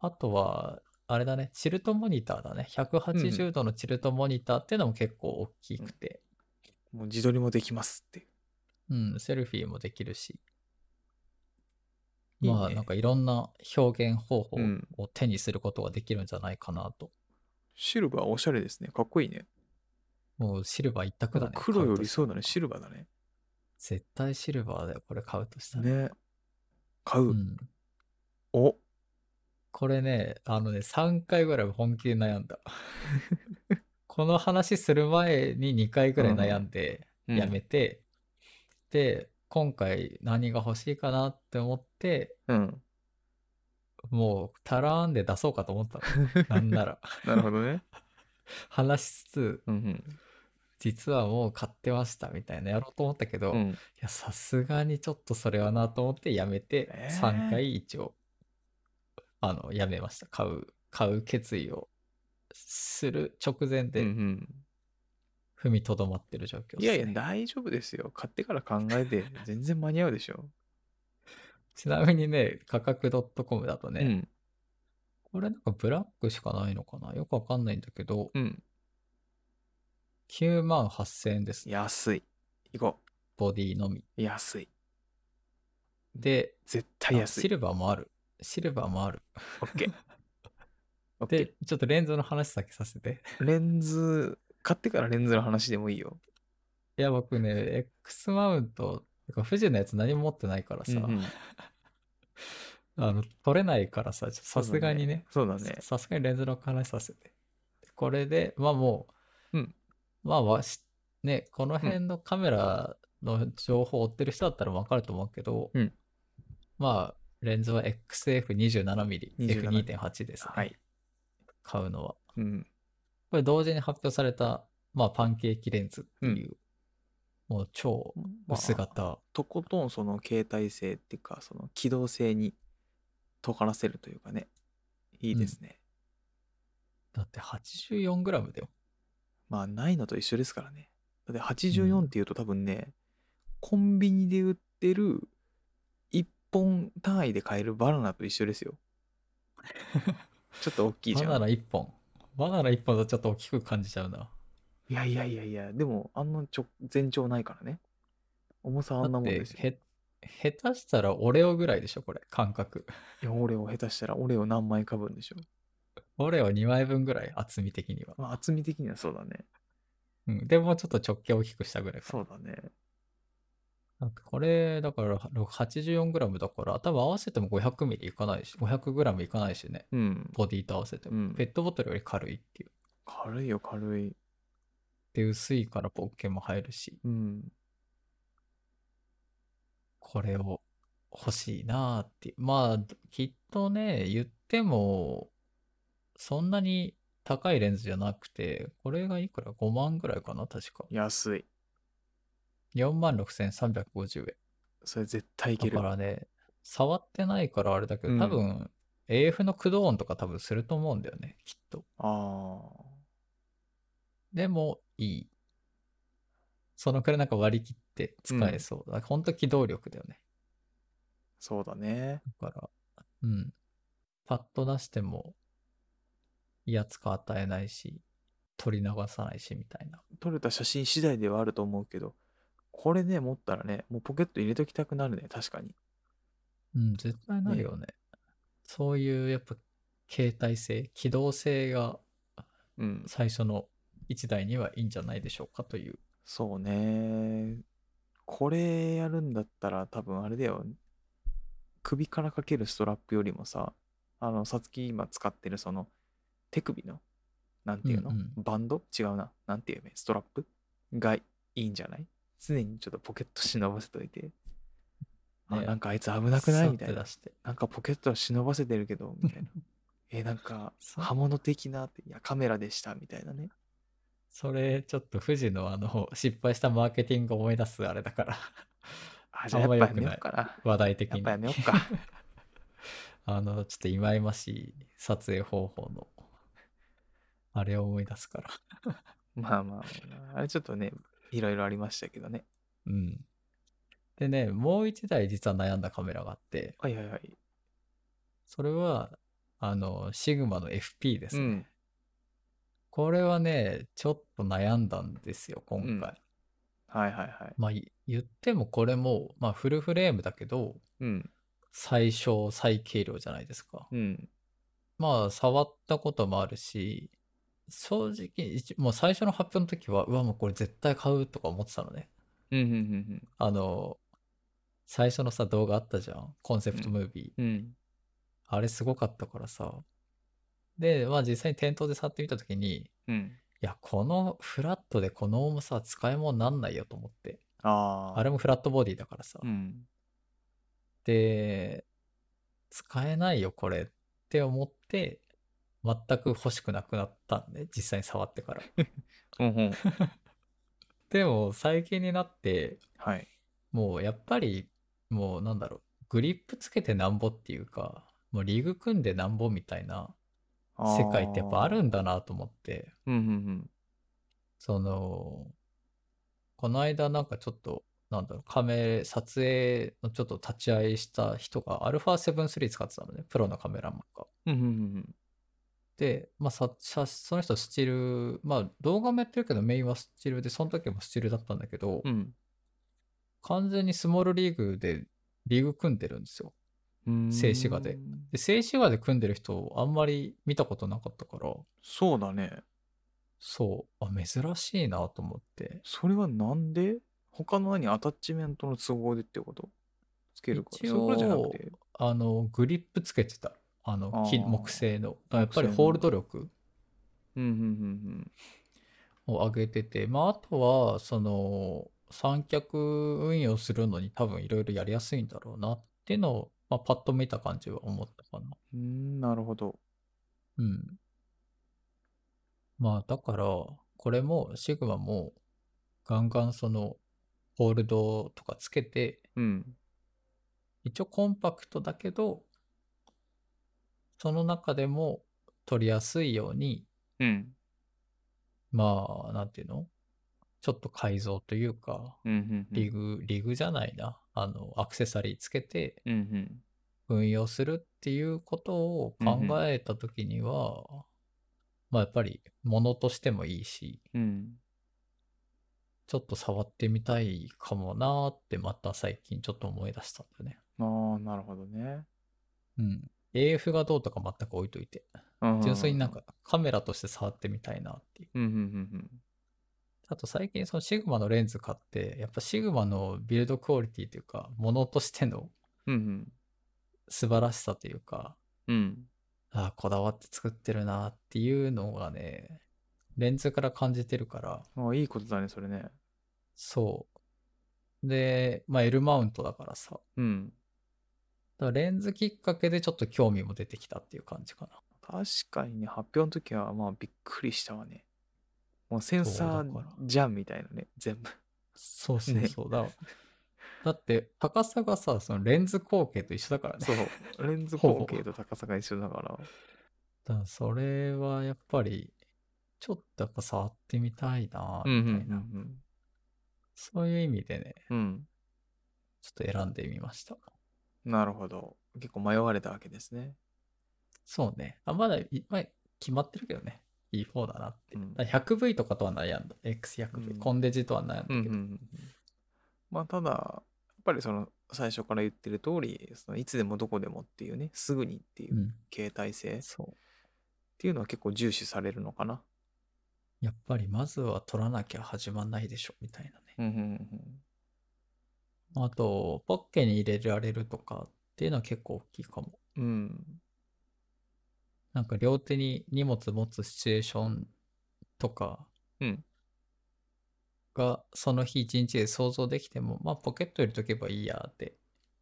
あとは、あれだね、チルトモニターだうんね。う180度のチルトモニターっていうのも結構大きくて、もう自撮りもできますっていう。うん、セルフィーもできるし。いいねまあ、なんかいろんな表現方法うんを手にすることができるんじゃないかなと。シルバーおしゃれですね。かっこいいね。もうシルバー一択だね。黒よ買りとしたそうらだね。シルバーだね。絶対シルバーだよ、これ買うとしたら。ね。買う。うん。おこれね、あのね、3回ぐらい本気で悩 (laughs) んだ。この話する前に2回ぐらい悩んで、うんやめて、で、今回何が欲しいかなって思って、うん。もう、たらーんで出そうかと思っ (laughs) たの。なんなら。なるほど (laughs) ね。話しつつ、うん実はもう買ってましたみたいなやろうと思ったけど、うん。ういん。や、さすがにちょっとそれはなと思ってやめて、えー3回一応、あの、やめました。買う、買う決意をする直前うんうでん踏みとどまってる状況です、いねやいや、大丈夫ですよ。買ってから考えて、全然間に合うでしょ。ちなみにね、価格 .com だとね、うん。これなんかブラックしかないのかなよくわかんないんだけど、うん。 9万8000円ですね。安い。行こボディのみ。う。安い。で、絶対あ安シい。ルバーもある。シルバーもある。オッケ (laughs) ー。オッケで、ちょっとレンズの話先させて。 (laughs) ー。レンズ、買ってからレンズの話でもいいよ。いや、僕ね、X マウント、てか富士のやつ何も持ってないからさ、うんうんあの、撮れないからさ、ちょっとさすがにね、そうだね。ささすがにレンズの話させて。これで、まあもう、うんまあわし、ね、この辺のカメラの情報を追ってる人だったらわかると思うけど、うんまあ、レンズは27 XF27mm、F2.8 ですね、はい。買うのは。うん。これ同時に発表された、まあ、パンケーキレンズっていう、もう超まあ薄型。とことんその携帯性っていうか、その機動性に尖らせるというかね。いいですね。だって 84g だよ。まあ、ないのと一緒ですからね。だって84っていうと多分ね、コンビニで売ってる1本単位で買えるバナナと一緒 (laughs) ですよ。ちょっと大きいじバゃん。ナナ1本。バナナ1本だとちょっと大きく感じちゃうな。いやいやいやいや、でも、あんなちょ全長ないからね。重さあんなもんだっですよ。てへ、下手したらオレオぐらいでしょ、これ、感覚。い (laughs) や、オレオ下手したらオレオ何枚か分でしょ。オレオ2枚分ぐらい、厚み的には。まあ、厚み的にはそうだね。うん。でもうちょっと直径大きくしたぐらいか。そうだね。なんかこれ、だから、84g だから、多分合わせても 500mm いかないし、500g いかないしね。うん。ボディと合わせても。うんペットボトルより軽いっていう。軽いよ、軽い。で、薄いからポッケも入るし、うん。これを欲しいなーっていう。まあ、きっとね、言っても、そんなに高いレンズじゃなくて、これがいくら ?5 万ぐらいかな確か。安い。 46,350円。それ絶対いけだる。からね、触ってないからあれだけうど、ん多分、AF の駆動音とか多分すると思うんだよね、きっと。あでも、いい。そのくらいなんか割り切って使えそう。だからほんと機動力だよね。ーそうだね。だから、うん。パッと出しても、威圧感与えないし、取り流さないし、みたいな。撮れた写真次第ではあると思うけど、これね、持ったらね、もうポケット入れときたくなるね、確かに。うん、絶対なるよね。そういう、やっぱ、携帯性、機動性がうん。最初の1台にはいいんじゃないでしょうかという。そうね。これやるんだったら多分あれだよ。首からかけるストラップよりもさ、あの、さつき今使ってるその手首の、なんていうの、うんうんバンド違うな。なんていうのストラップがいいんじゃない常にちょっとポケット忍ばせといて。あねなんかあいつ危なくないみたいさっなて出して。なんかポケットは忍ばせてるけどみたい (laughs) なえなんかそう刃物的なっていやカメラでしたみたいなねそれ、ちょっと富士のあの、失敗したマーケティングを思い出すあれだから、 (laughs) あじゃあやあっんぱまや良くめよなういかな話題的やっにぱ。やめようか (laughs) あの、ちょっと忌々しい撮影方法の、あれを思い出すから。まあまあまああれちょっとねいろいろありましたけどねうん。でね、もう一台実は悩んだカメラがあって、はいはいはいそれは、あの、シグマの FP ですうね。んこれはね、ちょっと悩んだんですよ、今回。うんはいはいはいまあ、い言ってもこれも、まあ、フルフレームだけど、うん最小、最軽量じゃないですか。うんまあ、触ったこともあるし、正直、一もう最初の発表の時は、うわ、もうこれ絶対買うとか思ってたのね。うんうんうんあの、最初のさ、動画あったじゃん。コンセプトムービー。うんうんあれすごかったからさ。で、まあ実際に店頭で触ってみた時に、いうんや、このフラットでこの重さは使い物になんないよと思って。あああれもフラットボディだからさ。うんで、使えないよこれって思って、全く欲しくなくなったんで、実際に触っ (laughs) てから。うんうんでも最近になって、はいもうやっぱり、もうなんだろう、グリップつけてなんぼっていうか、もうリーグ組んでなんぼみたいな世界ってやっぱあるんだなと思って、うんうんうんその、この間なんかちょっと、なんだろう、カメ、撮影のちょっと立ち会いした人が α7-3 使ってたのね、プロのカメラマンが。うんうんで、まあ、さ写その人スチール、まあ動画もやってるけどメインはスチールで、その時もスチールだったんだけど、うんうん完全にスモールリーグでリーグ組んでるんですよ。うん静止画でで、静止画で組んでる人あんまり見たことなかったから、そうだねそう、あ、珍しいなと思って。それはなんで他の何アタッチメントの都合でってことつけるから一そういう応ことじゃなくてあの、グリップつけてた。あの、木あー木製の。やっぱ木製りのホールド力うんうんうんを上げてて、まあ、あとは、その、三脚運用するのに多分いろいろやりやすいんだろうなっていうのを、まあ、パッと見た感じは思ったかな。うんうんなるほどうん。まあ、だから、これも、シグマも、ガンガンその、ホールドとかつけて、うん一応コンパクトだけど、その中でも取りやすいように、うんまあ、なんていうのちょっと改造というか、うんうんうんリグ、リグじゃないな。あの、アクセサリーつけてうんうん運用するっていうことを考えたときには、まあやっぱり物としてもいいし、うんちょっと触ってみたいかもなーってまた最近ちょっと思い出したんだよね。ああなるほどねうん。AF がどうとか全く置いといて。うん純粋になんかカメラとして触ってみたいなっていう。うんうんうんあと最近そのシグマのレンズ買って、やっぱシグマのビルドクオリティというか、ものとしてのうんうん素晴らしさというか、うんああ、こだわって作ってるなっていうのがね、レンズから感じてるから、うんあいいことだねそれねそう。で、まあ L マウントだからさ、うんだからレンズきっかけでちょっと興味も出てきたっていう感じかな。確かにね発表の時はまあびっくりしたわねもうセンサそうだーからじゃんみたいなね全部そうそうねそう。だからだって高さがさ、そのレンズ光景と一緒だからね。 (laughs) そうレンズほぼ光景と高さが一緒だからだからそれはやっぱり、ちょっとやっぱ触ってみたいな、うんみうたんいな、うんそういう意味でね、うんうんちょっと選んでみました。なるほど。結構迷われたわけですね。そうね。あまだい、まあ決まってるけどね。E4 だなって。うんだから 100V とかとは悩んだ。X100V、うんコンデジとは悩んだけうど。んうんうんまあただ、やっぱりその最初から言ってる通り、そのいつでもどこでもっていうね、すぐにっていううん携帯性っそう。ていうのは結構重視されるのかな。やっぱりまずは取らなきゃ始まんないでしょ、みたいなね。うんうんあと、ポッケに入れられるとかっていうのは結構大きいかも。うんうん。なんか両手に荷物持つシチュエーションとかうんがその日一日で想像できても、まあポケット入れとけばいいやって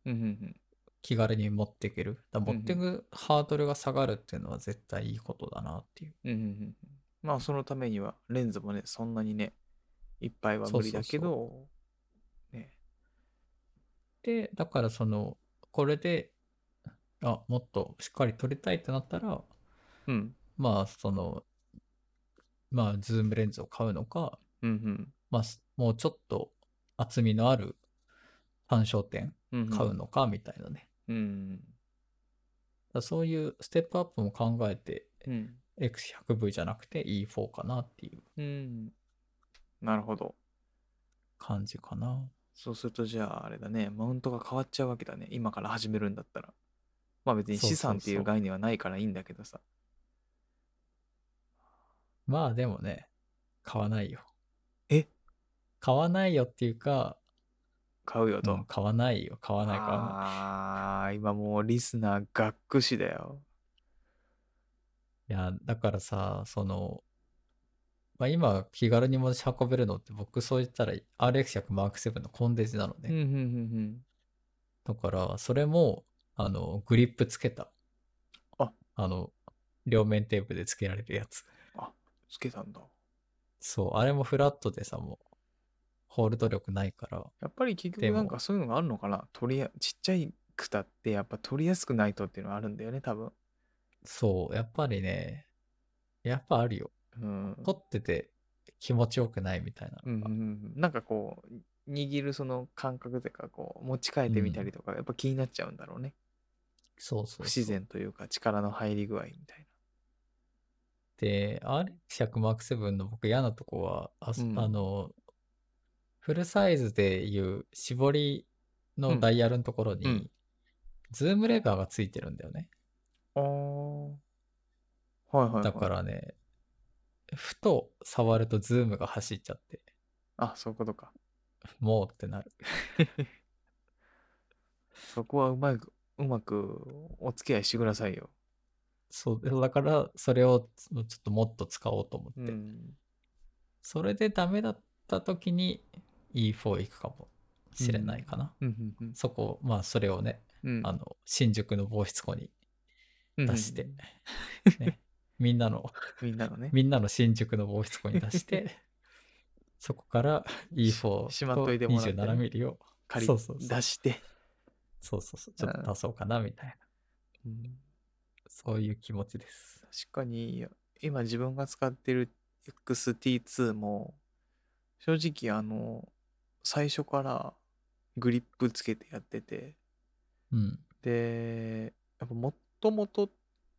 うんうん気軽に持っていける。だから持っていくハードルが下がるっていうのは絶対いいことだなっていう。うんうんうんうんまあそのためにはレンズもねそんなにねいっぱいは無理だけどねで、だからその、これで、あ、もっとしっかり撮りたいってなったら、うんまあその、まあズームレンズを買うのか、うんうんまあすもうちょっと厚みのある単焦点うんうん買うのかみたいなね。うんだからそういうステップアップも考えて、うん、 X100V じゃなくて E4 かなっていううん、なるほど感じかな。そうするとじゃああれだねマウントが変わっちゃうわけだね今から始めるんだったらまあ別にそうそうそう資産っていう概念はないからいいんだけどさまあでもね、買わないよ。え買わないよっていうか、買うよと、うん買わないよ、買わない買わない。ああー今もうリスナーがっくしだよいや、だからさ、その、まあ、今気軽に持ち運べるのって僕そう言ったら RX100M7 のコンデジなのうんね。うんうんだからそれもあのグリップつけた。ああの両面テープでつけられるやつ。つけたんだそう、あれもフラットでさ、もう、ホールド力ないから、やっぱり結で局もなんかそういうのがあるのかな取りやちっちゃいくたってやっぱ取りやすくないとっていうのはあるんだよね多分そう、やっぱりね、やっぱあるよ。うん撮ってて気持ちよくないみたいなうのんうが。んうんなんかこう握るその感覚というかこう持ち替えてみたりとかやっぱ気になっちゃうんだろうね、そうそうそ不う。自然というか力の入り具合みたいで、RX100M7 の僕嫌なとこは、あ,、うんあの、フルサイズでいう絞りのダイヤルのところに、うんうんズームレバーがついてるんだよね。なあーはいはい、はい、だからね、ふと触るとズームが走っちゃって、あそういうことかもうってなる。そこはうまくうまくお付き合いしてくださいよそう、でだから、それをつちょっともっと使おうと思うって。んそれでダメだった時に E4 行くかもしれないかな。うんうんそこ、まあ、それをね、うんあの、新宿の防湿庫にうん出して、 (laughs) ね、みんなの、 (laughs) みんなのねみんなの新宿の防湿庫に出 (laughs) して、そこからしし E4 まっとといてもらってね27ミリを、借りそうそうそう出して、そうそうそう、ちょっと出そうかな、みたいな。うんそういう気持ちです。確かに今自分が使ってる XT2 も正直あの最初からグリップつけてやっててうん。でやっぱもともと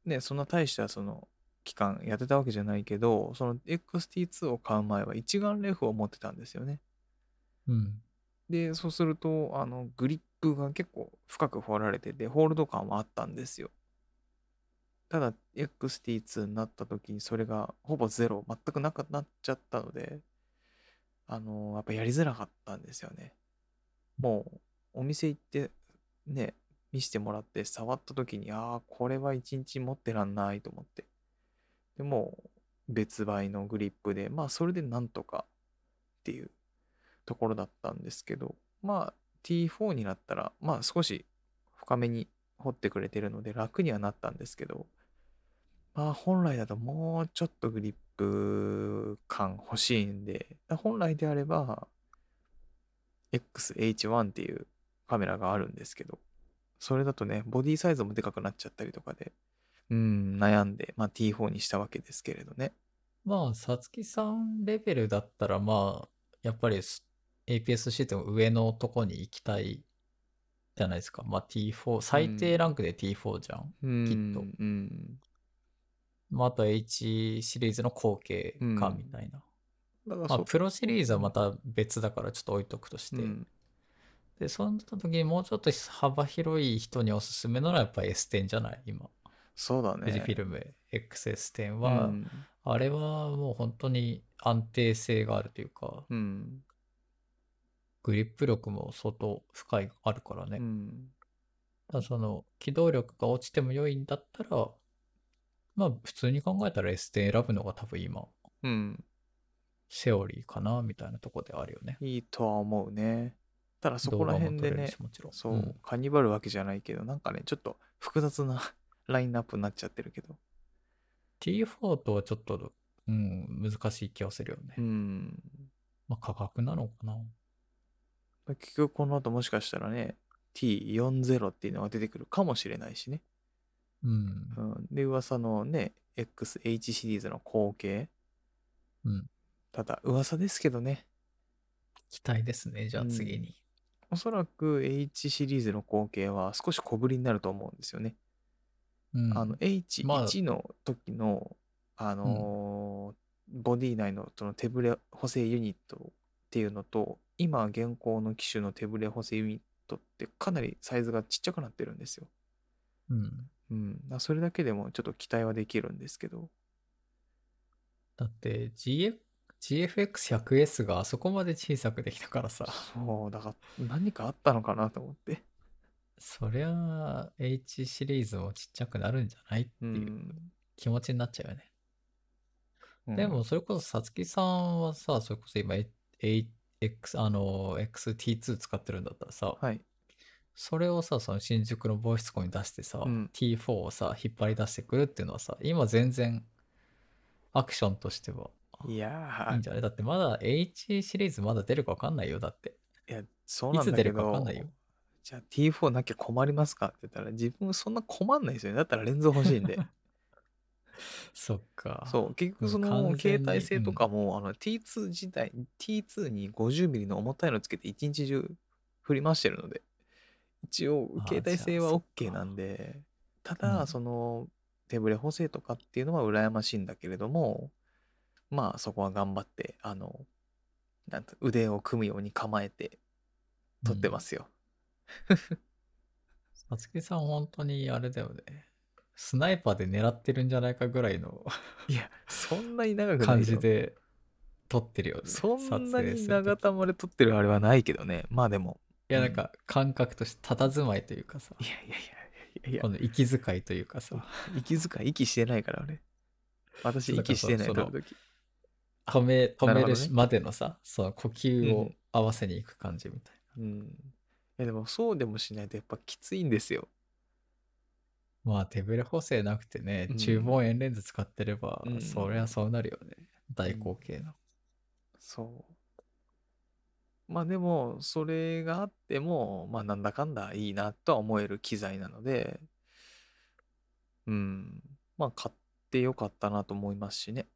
ねそんな大したその期間やってたわけじゃないけどその XT2 を買う前は一眼レフを持ってたんですよねうん。でそうするとあのグリップが結構深く掘られててホールド感はあったんですよただ XT2 になった時にそれがほぼゼロ全くなくなっちゃったのであのやっぱやりづらかったんですよねもうお店行ってね見してもらって触った時にああこれは一日持ってらんないと思ってでもう別売のグリップでまあそれでなんとかっていうところだったんですけど、まあ T4 になったら、まあ少し深めに掘ってくれてるので楽にはなったんですけど、まあ本来だともうちょっとグリップ感欲しいんで、本来であれば XH1 っていうカメラがあるんですけど、それだとね、ボディサイズもでかくなっちゃったりとかで、うん、悩んで、まあ T4 にしたわけですけれどね。まあ、さつきさんレベルだったら、まあ、やっぱりす APS シートの上のとこに行きたいじゃないですか。まあ T4、最低ランクで T4 じゃん。うんきっとうん。まあ、あと H シリーズの後継かうんみたいな。だからまあ、そプロシリーズはまた別だからちょっと置いとくとして。うんで、そうなった時にもうちょっと幅広い人におすすめならやっぱ S10 じゃない今。そうだね。富士フィルム XS10 は、うんあれはもう本当に安定性があるというか、うん。グリップ力も相当深いあるからね。うん。ただその機動力が落ちても良いんだったら、まあ普通に考えたら S で選ぶのが多分今、うん。セオリーかなみたいなとこであるよね。いいとは思うね。ただそこら動画も辺で撮れるねしもちろん。そう、んカニバルわけじゃないけどなんかねちょっと複雑な (laughs) ラインナップになっちゃってるけど T4 とはちょっと、うん、難しい気はするよね。うんまあ、価格なのかな。結局この後もしかしたらね T40 っていうのが出てくるかもしれないしね、うん。うん、で噂のね XH シリーズの後継うん。ただ噂ですけどね期待ですね、じゃあ次に。おそらく H シリーズの後継は少し小ぶりになると思うんですよね。うんあの H1 の時の、あのーボディ内のその手ぶれ補正ユニットっていうのと今現行の機種の手ぶれ補正ユニットってかなりサイズがちっちゃくなってるんですよ。うん。うん、だからそれだけでもちょっと期待はできるんですけど。だって GF GFX100S があそこまで小さくできたからさ、そう、だから何かあったのかなと思って。そりゃあ H シリーズもちっちゃくなるんじゃないってう。いうん気持ちになっちゃうよね。うんでも、それこそさつきさんはさ、それこそ今 A- X、あの、XT2 使ってるんだったらさ、はい。それをさ、その新宿のボイスコに出してさ、うん T4 をさ、引っ張り出してくるっていうのはさ、今全然アクションとしてはいやいいーんじゃないだってまだ H シリーズまだ出るか分かんないよ、だって。いや、そういなんつだ出けるかど、分かんないよ。じゃあ T4 なきゃ困りますかって言ったら自分そんな困んないですよね。だったらレンズ欲しいんで。そっか。そう、結う局んそ完全のに携帯性とかも、あの T2 自体、T2 に 50mm の重たいのつけて一日中振り回してるので、一応あー携帯性じはゃあそっ OK かなんで、たうだんその手ブレ補正とかっていうのは羨ましいんだけれども、まあそこは頑張って、あの、なんと腕を組むように構えて撮ってますよ。さつきさん本当にあれだよね。スナイパーで狙ってるんじゃないかぐらいのいや、 (laughs) そんなに長くない感でしじょで撮ってるよね。そんな撮影すにる長時玉で撮ってるあれはないけどね。まあでも。いや、なんか感覚として佇まいというかさい、やいやいやいやいやこ、の息遣いというかさ、 (laughs) 息遣い、息してないから俺。私、そうだから息してないそとの時。止め、止なるめほどるねまでのさ、その呼吸うをん合わせに行く感じみたいうん。いやでも、そうでもしないとやっぱきついんですよ。な。まあ、手ブレ補正なくてねう、ん中望遠レンズ使ってればう、んそりゃそうなるよね。大口径の。そう。まあでも、それがあっても、まあなんだかんだいいなとは思える機材なので、うん。まあ買ってよかったなと思いますしね。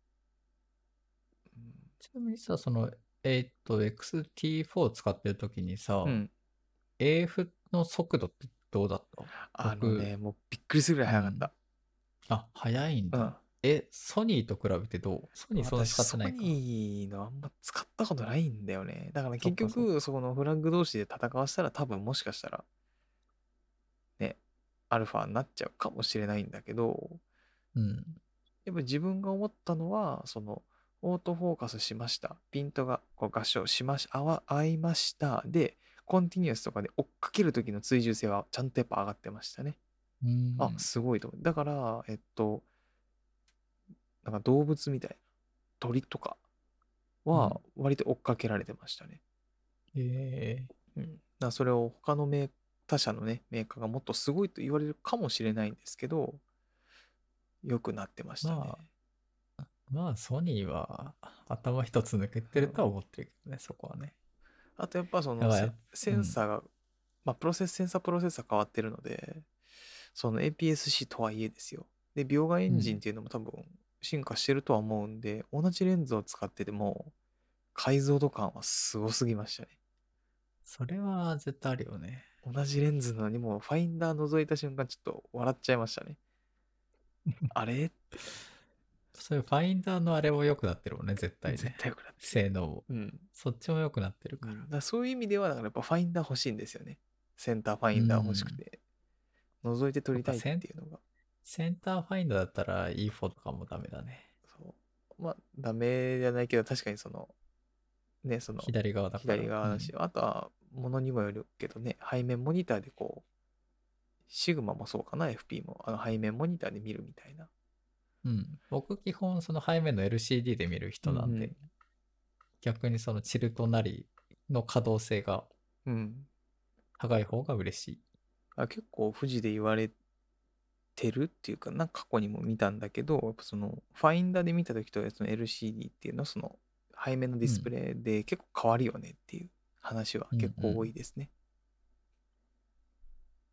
ちなみにさ、その、えーっと、XT4 使ってる時にさ、うんうん。 AF の速度ってどうだっあのね、もうびっくりするぐらい早かった。たあ、速いんだ。うんえ、ソニーと比べてどうソニーそんな私使ってないか。ソニーのあんま使ったことないんだよね。だからそっ結かそっか局、そこのフラッグ同士で戦わせたら多分もしかしたら、ね、アルファになっちゃうかもしれないんだけど、うん。やっぱり自分が思ったのは、その、オートフォーカスしました。ピントがこう合唱しまし、合わ、合いました。で、コンティニュースとかで追っかける時の追従性はちゃんとやっぱ上がってましたね。うんあ、すごいと思う。だから、えっと、なんか動物みたいな鳥とかは割と追っかけられてましたね。えーうん。だからそれを他のメー他社のね、メーカーがもっとすごいと言われるかもしれないんですけど、良くなってましたね。まあまあ、ソニーは頭一つ抜けてるとは思ってるけどね、そこはね。あとやっぱそやのばいセセンサーが、まあプロセス、センサープロセッサー変わってるので、その APS-C とはいえですよ。で、描画エンジンっていうのも多分進化してるとは思うんで、同じレンズを使ってても解像度感はすごすぎましたね。それは絶対あるよね。同じレンズなのにもうファインダー覗いた瞬間ちょっと笑っちゃいま (laughs) したね。あれそういうファインダーのあれも良くなってるもんね、絶対絶ね。対よくなってる性能も。うん。そっちも良くなってるかだら。からそういう意味では、だからやっぱファインダー欲しいんですよね。センターファインダー欲しくて。覗いて撮りたいっていうのが。センターファインダーだったら E4 とかもダメだね。そう。まあ、ダメじゃないけど、確かにその、ね、その、左側だから。左側だし、あとは、ものにもよるけどね、背面モニターでこう、シグマもそうかな、FP も、あの背面モニターで見るみたいな。うん。うん。僕、基本、その背面の LCD で見る人なんで、うん逆にそのチルトなりの可動性がうん。高い方が嬉しい。あ結構富士で言われてるっていうかなんか過去にも見たんだけどやっぱそのファインダーで見た時とその LCD っていうのはその背面のディスプレイで結構変わるよねっていう話は結うん構うん多いですね。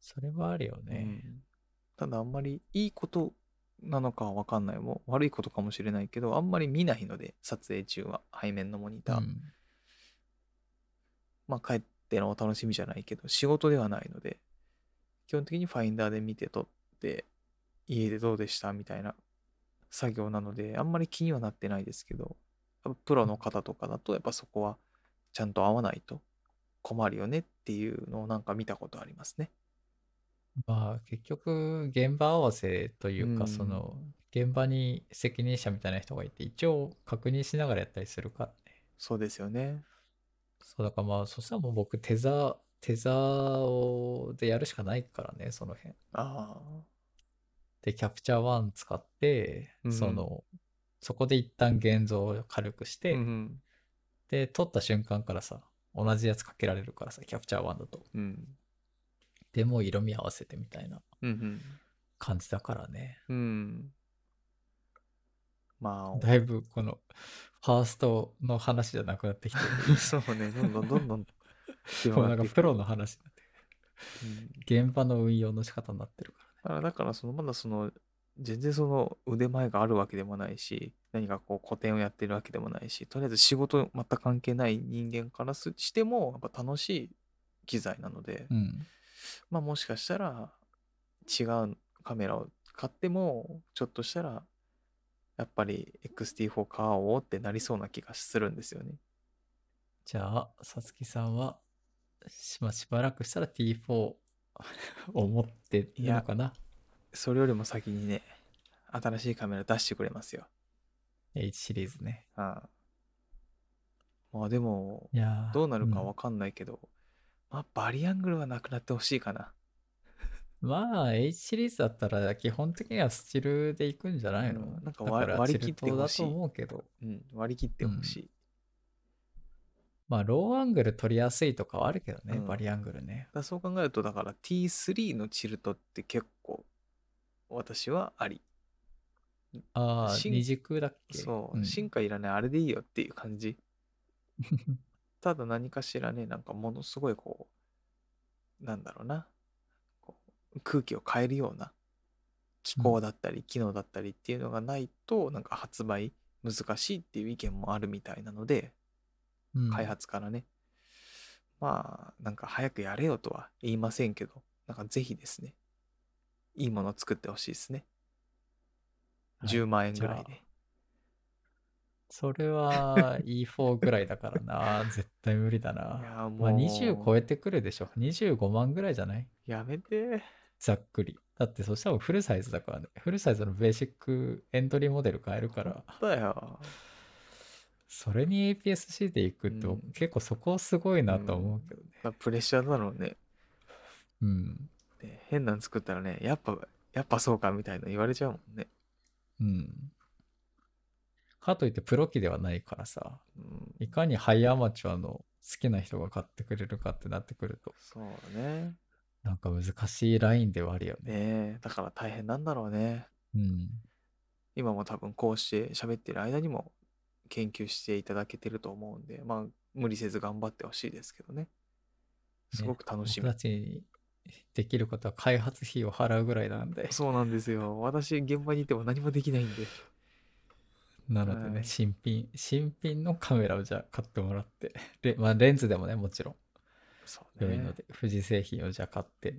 それはあるよね。うんただあんまりいいことなのかは分かんないもう悪いことかもしれないけどあんまり見ないので撮影中は背面のモニター、うんまあ帰ってのお楽しみじゃないけど仕事ではないので基本的にファインダーで見て撮って家でどうでしたみたいな作業なのであんまり気にはなってないですけどやっぱプロの方とかだとやっぱそこはちゃんと合わないと困るよねっていうのをなんか見たことありますね。まあ結局現場合わせというか、うんその現場に責任者みたいな人がいて一応確認しながらやったりするからね。そうですよね。そうだからまあそしたらもう僕テザー、テザーをでやるしかないからね、その辺。あで、キャプチャー1使って、うんその、そこで一旦現像を軽くしあ。て、うんで、撮った瞬間からさ、同じやつかけられるからさ、キャプチャー1だと。うん。うん。でもう色味合わせてみたいなうん感じだからね。うん。うん。まあ、だいぶこの、ファーストの話じゃなくなってきて (laughs) そうね、どんどんどんどんる。広もうがなってんかいくプロの話になってうんる現場の運用の仕方になってるかだから、だからそのまだその、全然その腕前があるわけでもないし、何かこう古典をやってるわけでもないし、とりあえず仕事全く関係ない人間からすしても、やっぱ楽しい機材なので、らね。まあもしかしたら違うカメラを買っても、ちょっとしたら、やっぱり XT4 買おうってなりそうな気がするんですよね。じゃあ、さつきさんは、しましばらくしたら T4 を持っているのかなそれよりも先にね、新しいカメラ出してくれますよ。 ?H シリーズね。うん。まあでも、いやーどうなるかんわかんないけど、まあバリアングルはなくなってほしいかな。まあ、H シリーズだったら、基本的にはスチルでいくんじゃないの、うんなんかだ割ら割りチル切ってほしいトだと思うけど、うん、割り切ってほしい。まあ、ローアングル取りやすいとかはあるけどね、うんバリアングルねだ。からそう考えると、だから T3 のチルトって結構、私はあり。ああ、進二軸だっけそう、ん進化いらない、あれでいいよっていう感じ。ただ何かしらね、なんかものすごいこう、なんだろうな、こう空気を変えるような気候だったり、機能だったりっていうのがないと、なんか発売難しいっていう意見もあるみたいなので、 (laughs) うん開発からね。まあ、なんか早くやれよとは言いませんけど、なんかぜひですね、いいものを作ってほしいですね。はい10万円ぐらいじゃで。それは E4 ぐらいだから (laughs) な、絶対無理だな。いやーまあ、もう20超えてくるでしょ。25万ぐらいじゃないやめて。ざっくり。だってそしたらフルサイズだからね。フルサイズのベーシックエントリーモデル買えるから、だよ。それに APS-C で行くって、うん結構そこすごいなと思うけどね。まあプレッシャーだろうね。うん。ね変なの作ったらね、やっぱ、やっぱそうかみたいな言われちゃうもんね。うん。かといってプロ機ではないからさ、うん、いかにハイアマチュアの好きな人が買ってくれるかってなってくると、そうね。なんか難しいラインではあるよね。ねえ、だから大変なんだろうね。うん。今も多分こうして喋ってる間にも研究していただけてると思うんで、まあ、無理せず頑張ってほしいですけどね。すごく楽し僕み。たちにできることは開発費を払うぐらいなんで、そうなんですよ。私、現場にいても何もできないんで。なのではいね、新品、新品のカメラをじゃあ買ってもらって、レ,、まあ、レンズでもね、もちろんそう良いね。ので、富士製品をじゃあ買って、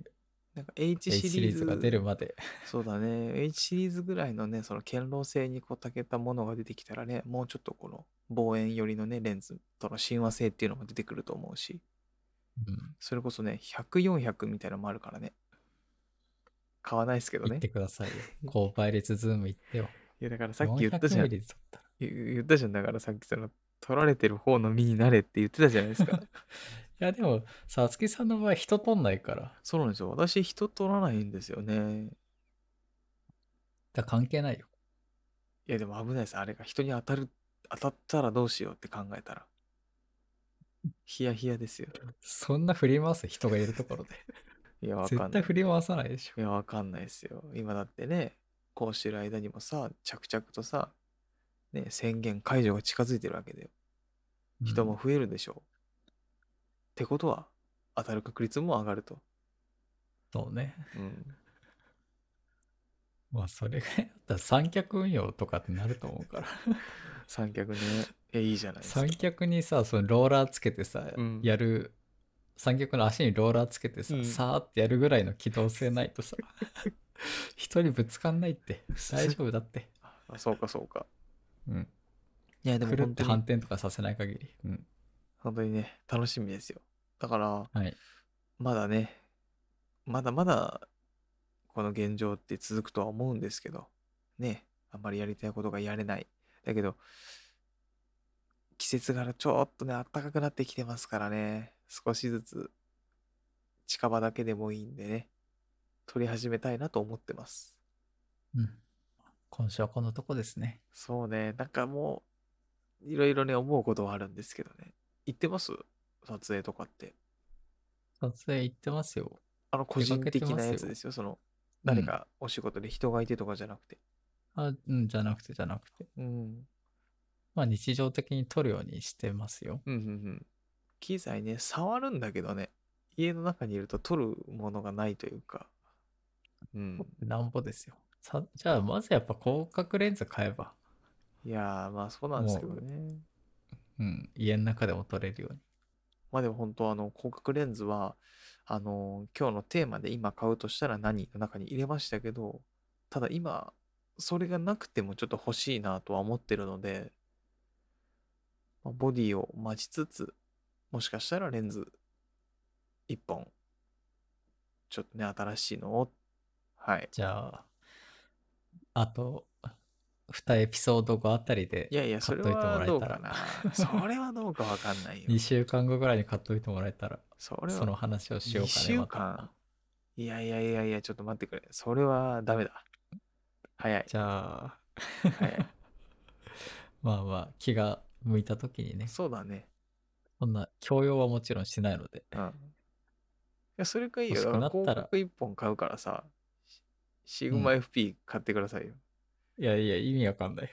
なんか H シ H リーズシリーズが出るまで、そうだね。H シリーズぐらいのね、その堅牢性にこう長けたものが出てきたらね、もうちょっとこの望遠寄りのね、レンズとの親和性っていうのも出てくると思うし、うんそれこそね、100、400みたいなのもあるからね。買わないですけど行っねて。くださいよ。高倍率ズーム行ってよ。いや、だからさっき言ったじゃん。 400mm 言で撮ったら言ったじゃん。だからさっきその、撮られてる方の身になれって言ってたじゃない (laughs) ですか。いや、でも、さつきさんの場合、人撮んないから、だかそうなんですよ。私、人撮らないんですよね。ら関係ないよ。いや、でも危ないです。あれが人に当たる、当たったらどうしようって考えたら。ヒヤヒヤですよ。そんな振り回す人がいるところで。いや、わか絶んな対い。振り回さないでしょい。や、わかんないですよ。今だってね、こうしてる間にもさ、着々とさ、ね、宣言解除が近づいてるわけだよ。人も増えるでしょう。ってことは、当たる確率も上がると。そうね。うん。まあ、それがやったら三脚運用とかってなると思うから。三脚ね。え、いいじゃないですか三。脚にさ、そのローラーつけてさ、うんやる、三脚の足にローラーつけてさ、うんさーってやるぐらいの機動性ないとさ、 (laughs) 人にぶつかんないって、大丈夫だって。あそうか、そうか。うん。いや、でもくるっ本て当反に、転とかさせない限り。うん。本当にね、楽しみですよ。だから、はい。まだね、まだまだこの現状って続くとは思うんですけど、ね、あんまりやりたいことがやれない。だけど、季節からちょっとね、暖かくなってきてますからね、少しずつ近場だけでもいいんでね、撮り始めたいなと思ってます。うん。今週はこんなとこですね。そうね、なんかもう、いろいろね、思うことはあるんですけどね。行ってます撮影とかって。撮影行ってますよ。あの、個人出かけて的ますよなやつですよ。その、誰かお仕事で人がいてとかじゃなくて。あ、うん、じゃなくてじゃなくて。うん。まあ日常的に撮るようにしてますよ。うんうんうん。機材ね、触るんだけどね、家の中にいると取るものがないというか。うん。なんぼですよ。さじゃあまずやっぱ広角レンズ買えば、いやー、まあそうなんですけどね。うん、家の中でも撮れるように。まあでも本当あの、広角レンズは、あのー今日のテーマで今買うとしたら何の中に入れましたけど、ただ今、それがなくてもちょっと欲しいなとは思ってるので、まあボディを待ちつつ、もしかしたらレンズ1本、ちょっとね、新しいのを、はい。じゃあ、あと、2エピソード後あたりでいやいや、そ買っれといてもはらどえうた、からな。 (laughs) それはどうかわかんないよ2 。週間後ぐらいに買っといてもらえたら、それそのは、話をしよう2かね。週また間。いやいやいやいや、ちょっと待ってくれ。それはダメだ。早い。じゃあ、早 (laughs) い。まあまあ、気が向いた時にね、そうだね。そんな強要はもちろんしないので、うん。いや、それかいいよ。欲しだくかならったら広告1本買うからさ、シグマ FP 買ってくださいよ。いやいや、意味わかんないよ。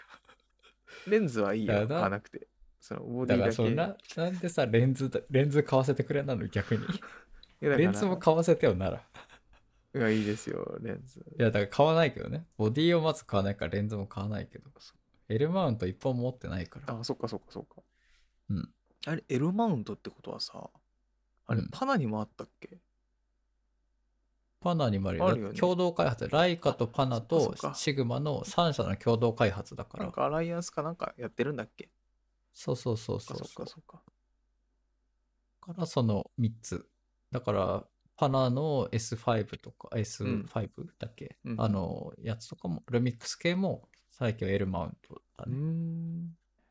レンズはいいだよよ。な買わなくて。そのボデだィかだらけ。そんな、なんでさ、レンズだ、レンズ買わせてくれなの (laughs) 逆に。いやだからレンズも買わせてよなら。いや、いいですよ、レンズ。いや、だから買わないけどね。ボディをまず買わないからレンズも買わないけど。L マウント一本も持ってないから。あ、そっかそっかそっか。うん。あれ、L マウントってことはさ、あれうん、パナにもあったっけ、パナにもあるよあるよね共同開発。ライカとパナあそっとかそっかシグマの3社の共同開発だかなんら。かアライアンスかなんかやってるんだっけそうそうそうそそっうかそっそう。かそっか。からその3つ。だから、パナの S5 とか、S5 だっけ、うんあの、やつとかも、ルミックス系も最近は L マウントだうーね。ん。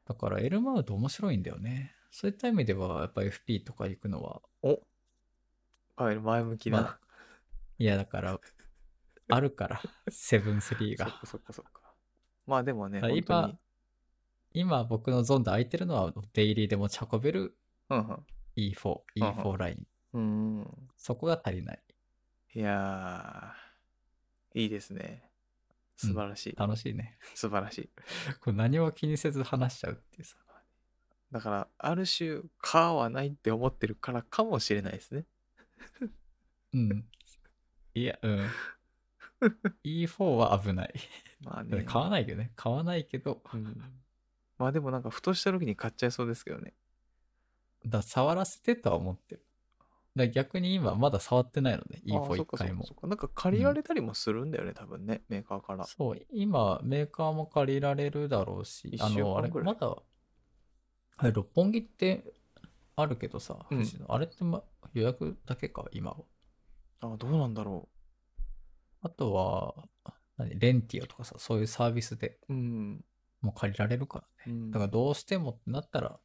だから L マウント面白いんだよね。そういった意味では、やっぱ FP とか行くのはおかなり前向きな。まあいや、だから、ある (laughs) から、セブンスリーそっがか。そっかそっか。まあでもね、あ本当に今。今、僕のゾーンで空いてるのは、デイリーで持ち運べるうん、 E4、うんうん E4 ライン。うん。うーん。そこが足りない。いやー、いいですね。素晴らしい。楽しいね。素晴らしい。これ何も気にせず話しちゃうっていうさ。だから、ある種、かはないって思ってるからかもしれないですね。うん。いや、うん。E4 は危ない。まあね。買わないけどね。買わないけど、うん。まあでもなんか、ふとした時に買っちゃいそうですけどね。だ触らせてとは思ってる。だから逆に今、まだ触ってないので、あー E4 そ一っかそっ回かもそ。っかなんか借りられたりもするんだよね、多分ね、メーカーから。そう、今、メーカーも借りられるだろうし、一あ週の、間あれ、ぐらまいだ、あれ、六本木ってあるけどさ、うん藤野あれって、ま、予約だけか、今は。あーどうなんだろあとは、何、レンティアとかさ、そういうサービスでう。うん。もう借りられるからうね。ん、だから、どうしてもってなったら、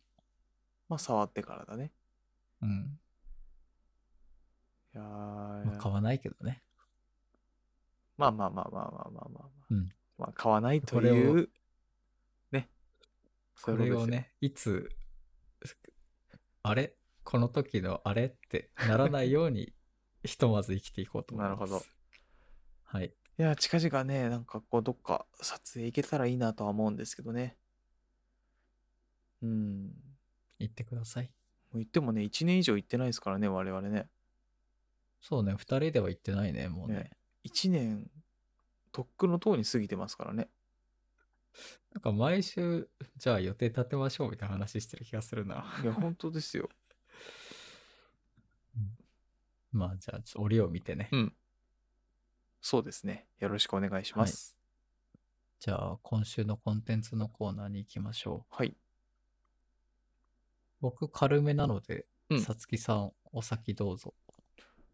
まあ、触ってからだね。うん、いやーまあ買わないけどね。まあまあまあまあまあまあまあ、まあうんまあ買わないとこれいをう、ね。そこういうれことをですよ。ね、いつ、あれこの時のあれってならないように、ひとまず生きていこうと思いま (laughs) す。なるほど。はい。いや、近々ね、なんかこう、どっか撮影行けたらいいなとは思うんですけどね。うん。行ってください。もう言ってもね、1年以上行ってないですからね、我々ね。そうね、二人では行ってないね、もうね。ね1年、とっくのとうに過ぎてますからね。なんか毎週、じゃあ予定立てましょうみたいな話してる気がする (laughs) な。いや、本当ですよ。まあじゃあ、ちょっと折を見てね。うん。そうですね。よろしくお願いします。じゃあ、今週のコンテンツのコーナーに行きましょう。はい。僕、軽めなのでう、んさつきさん、お先どうぞ。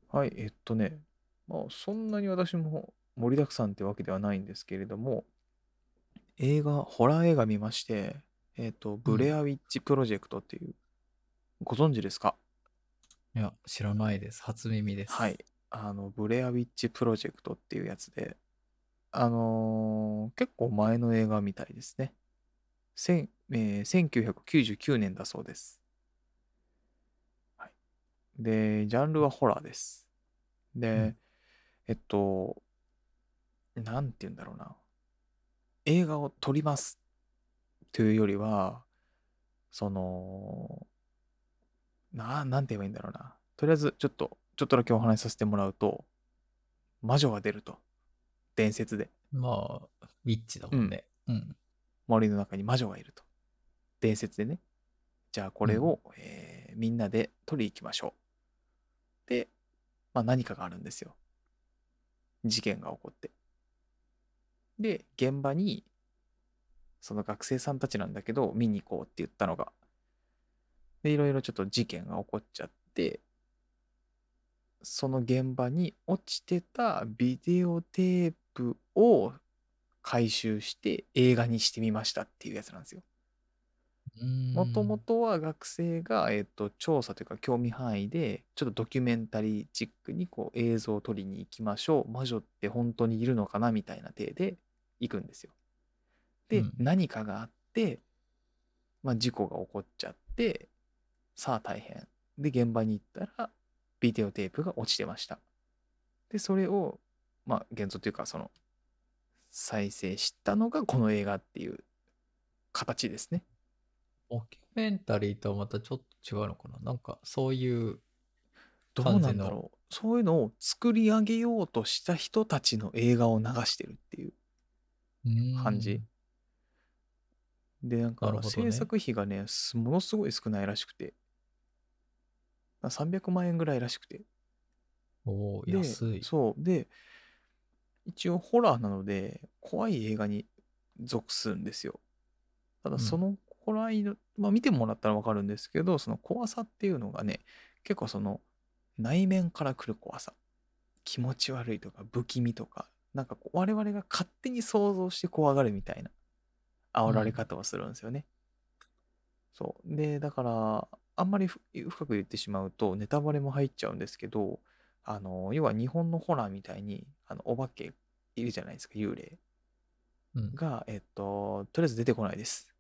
はい、えっとね、まあ、そんなに私も盛りだくさんってわけではないんですけれども、映画、ホラー映画見まして、えっと、ブレアウィッチプロジェクトっていう、ご存知ですかいや、知らないです。初耳です。はい。。あの、ブレアウィッチプロジェクトっていうやつで、あのー結構前の映画みたいですね。せんえー1999年だそうです。はい。で、ジャンルはホラーです。で、うんえっと、なんて言うんだろうな。映画を撮りますというよりは、その、な、なんて言えばいいんだろうな。とりあえず、ちょっと、ちょっとだけお話しさせてもらうと、魔女が出ると。伝説で。まあ、ウィッチだもんね。うん。森の中に魔女がいると。伝説でね。じゃあ、これを、えーみんなで取り行きましょう。で、まあ、何かがあるんですよ。事件が起こって。で、現場に、その学生さんたちなんだけど、見に行こうって言ったのが。で、いろいろちょっと事件が起こっちゃって、その現場に落ちてたビデオテープを回収して映画にしてみましたっていうやつなんですよ。うーんもともとは学生が、えっと調査というか興味範囲でちょっとドキュメンタリーチックにこう映像を撮りに行きましょう魔女って本当にいるのかなみたいな体で行くんですよ。で、うん何かがあって、まあ、事故が起こっちゃってさあ大変で現場に行ったらビデオテープが落ちてました。でそれをまあ現像というかその再生したのがこの映画っていう形ですね。ドキュメンタリーとはまたちょっと違うのかななんか、そういう、どう感なじのんだろうそういうのを作り上げようとした人たちの映画を流してるっていううーん感じでなんなかるほどね制作費がねすものすごい少ないらしくてまあ300万円ぐらいらしくておーで安い。そうで一応ホラーなので怖い映画に属するんですよたうだんその怖いの、まあ見てもらったら分かるんですけどその怖さっていうのがね結構その内面から来る怖さ気持ち悪いとか不気味とかなんかこう我々が勝手に想像して怖がるみたいな煽られ方をするんですよね、そうでだからあんまりふ深く言ってしまうとネタバレも入っちゃうんですけどあの要は日本のホラーみたいにあのお化けいるじゃないですか幽霊うん、がえっととりあえず出てこないです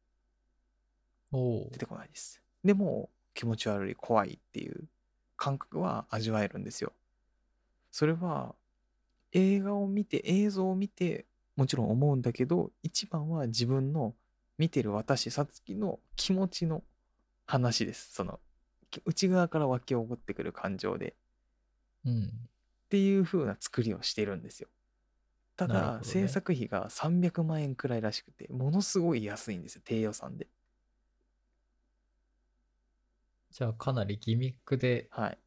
おー出てこないですでも気持ち悪い怖いっていう感覚は味わえるんですよそれは映画を見て映像を見てもちろん思うんだけど一番は自分の見てる私さつきの気持ちの話ですそのき内側から湧き起こってくる感情でうん。っていう風な作りをしてるんですよ。たなるほだ、どね制作費が300万円くらいらしくて、ものすごい安いんですよ、低予算で。じゃあ、かなりギミックではい。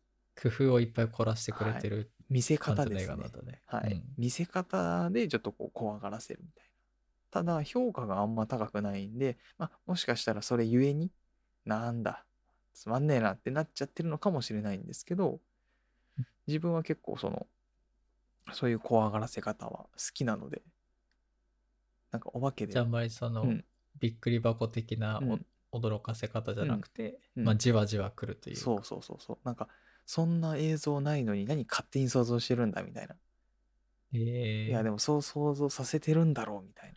工夫をいっぱい凝らしてくれてる見せ感方じでの映す画ねな。んだね。はい、うん見せ方でちょっとこう怖がらせるみたいな。ただ、評価があんま高くないんで、まあ、もしかしたらそれゆえに、なんだ、つまんねえなってなっちゃってるのかもしれないんですけど、自分は結構その、そういう怖がらせ方は好きなので、なんかお化けで。じゃあ、あんまりその、うんびっくり箱的なうんお驚かせ方じゃなくて、うんまあ、じわじわ来るというか。そうそうそうそうなんかそんな映像ないのに何勝手に想像してるんだみたいな、えー、いやでもそう想像させてるんだろうみたい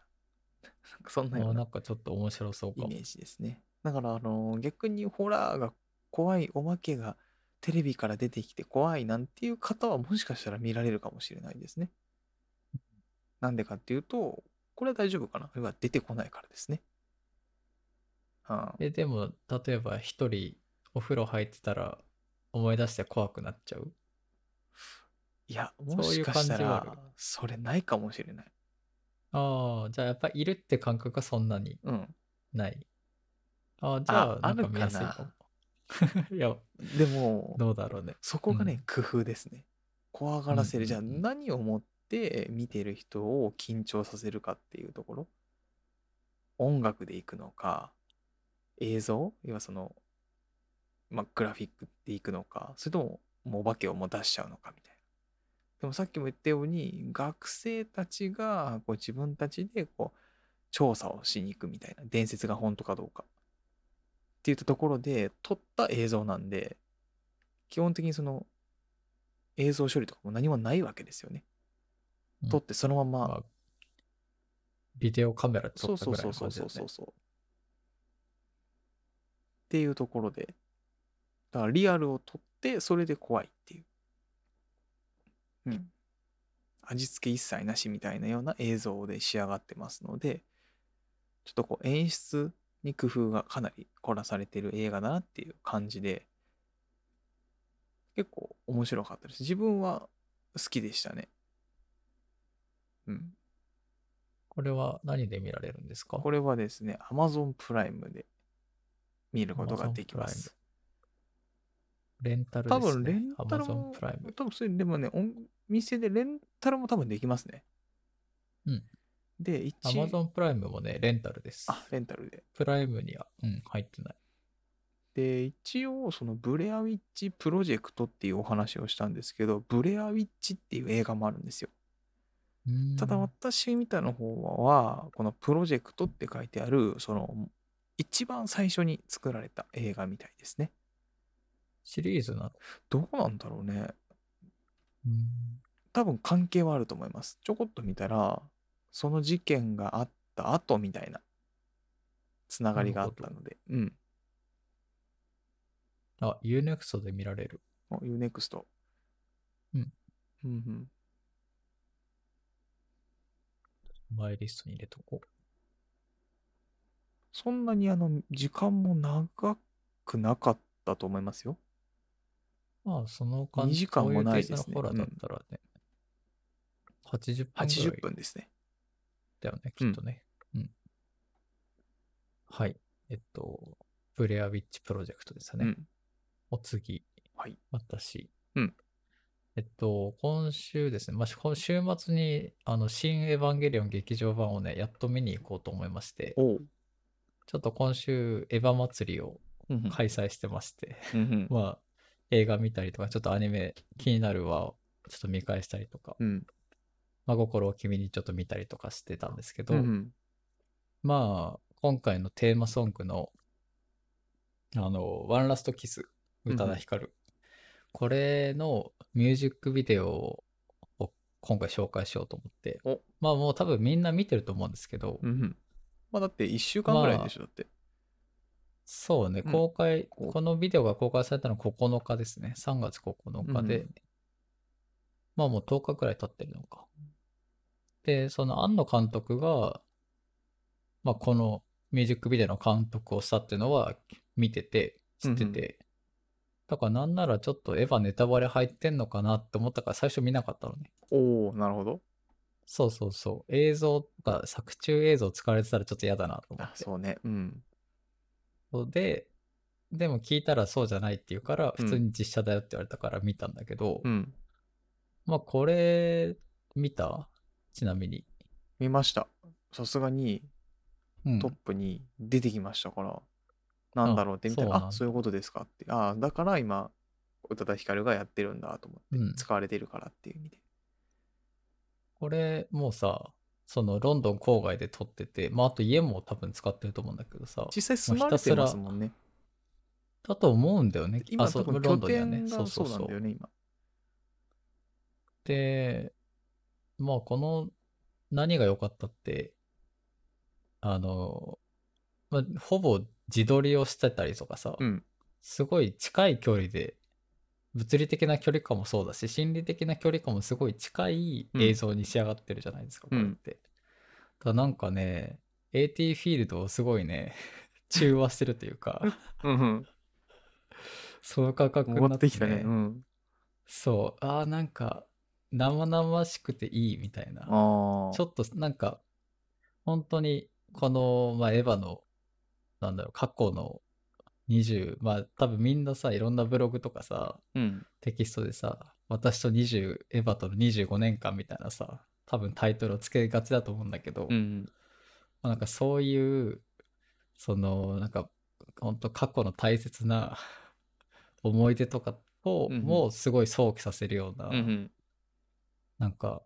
ななん (laughs) かそんなよあうななんかちょっと面白そうかイもメ。ージですねだからあのー逆にホラーが怖いお化けがテレビから出てきて怖いなんていう方はもしかしたら見られるかもしれないですね。なんでかっていうと、これは大丈夫かな要は出てこないからですね。はあ、え、でも、例えば一人お風呂入ってたら思い出して怖くなっちゃういや、ういうもしかした感じはあらる、それないかもしれない。ああ、じゃあやっぱいるって感覚はそんなにうん。ない。ああ、じゃあ、あなんかあるかな見やすいかも。い (laughs) や、でも、どうだろうね。そこがね、うん工夫ですね。怖がらせる。うんじゃあうんうん何をもって見てる人を緊張させるかっていうところ。音楽でいくのか、映像要はその、まあ、グラフィックでいくのか、それとも、もうお化けをもう出しちゃうのかみたいな。でもさっきも言ったように、学生たちがこう自分たちでこう調査をしに行くみたいな、伝説が本当かどうか。っていったところで撮った映像なんで、基本的にその映像処理とかも何もないわけですよねうん。撮ってそのまま、まあビデオカメラでそう撮ったそぐうらいそのうそ感うじそだうよそうそね。う。っていうところで、だからリアルを撮って、それで怖いっていう。うん。味付け一切なしみたいなような映像で仕上がってますので、ちょっとこう演出に工夫がかなり凝らされてる映画だなっていう感じで、結構面白かったです。自分は好きでしたね。うん。これは何で見られるんですかこれはですね、Amazon プライムで見ることができます。レンタルで多す分、ね。レンタル Amazon も、プライム。多分、それでもね、お店でレンタルも多分できますね。うん。で、一 Amazon プライムもね、レンタルです。あ、レンタルで。プライムには、うん、入ってない。で、一応、そのブレアウィッチプロジェクトっていうお話をしたんですけど、ブレアウィッチっていう映画もあるんですよ。うーんただ私みたいな方は、このプロジェクトって書いてある、その、一番最初に作られた映画みたいですね。シリーズなの。どうなんだろうね。うーん多分関係はあると思います。ちょこっと見たら、その事件があった後みたいなつながりがあったので、うん。あ、UNEXT で見られる。お UNEXT。うん。うんうん。マイリストに入れとこう。そんなにあの、時間も長くなかったと思いますよ。まあ、その感じ。二時間もないですねこううデータのホラーだったらね、80分ぐら80い分ですね。だよね、うきんっとね。うん。はい。えっと、ブレアウィッチプロジェクトでしたね。うん。お次。はい私。うんえっと、今週ですね、まあ、し今週末に、あの、新エヴァンゲリオン劇場版をね、やっと見に行こうと思いまして、おう。ちょっと今週、エヴァ祭りをうんうん開催してまして、うんうんまあ、映画見たりとか、ちょっとアニメ気になるわをちょっと見返したりとか、うんまあ、心を君にちょっと見たりとかしてたんですけど、うんうんまあ、今回のテーマソングの、あの、ワンラストキス、宇多田ヒカル。これのミュージックビデオを今回紹介しようと思ってお。まあもう多分みんな見てると思うんですけど、うんうん。まあだって1週間ぐらいでしょ、だって。そうね、うん公開、こうこのビデオが公開されたのは9日ですね。3月9日で、うんまあもう10日くらい経ってるのか。で、その庵野監督が、まあこのミュージックビデオの監督をしたっていうのは見てて、知ってて、うだからなんならちょっとエヴァネタバレ入ってんのかなって思ったから最初見なかったのね。おおなるほど。そうそうそう。映像とか作中映像使われてたらちょっと嫌だなと思あ、って。そうね。うん。そうで、でも聞いたらそうじゃないって言うから、うん普通に実写だよって言われたから見たんだけど、うん。まあこれ、見たちなみに。見ました。さすがにうんトップに出てきましたから、なんだろうって見たあら、そうなんあだそういうことですかって、ああ、だから今、宇多田ヒカルがやってるんだと思って、うん使われてるからっていう意味で。これ、もうさ、そのロンドン郊外で撮ってて、まああと家も多分使ってると思うんだけどさ、実際住まれてますもんね。だと思うんだよね。今あ、そ多う、分ロ拠ンドンだよね点。そがうそそううなんそだよう。ね、今。で、まあこの、何が良かったって、あの、まあ、ほぼ自撮りをしてたりとかさ、うん。すごい近い距離で、物理的な距離感もそうだし、心理的な距離感もすごい近い映像に仕上がってるじゃないですか、うんこれって。ただなんかね、AT フィールドをすごい (laughs) ね、中和してるというか、うんその価う格ん。に終わなっっててねきたね。うん。そう、ああ、なんか、生々しくていいみたいな。ああ。ちょっとなんか、本当に、この、まあ、エヴァの、なんだろう、過去の20、まあ、多分みんなさ、いろんなブログとかさ、うん。テキストでさ、私と20、エヴァとの25年間みたいなさ、多分タイトルをつけがちだと思うんだけど、うん。まあなんかそういう、その、なんか、本当過去の大切な思い出とかを、うんうんもうすごい想起させるような、うんうん。なんか、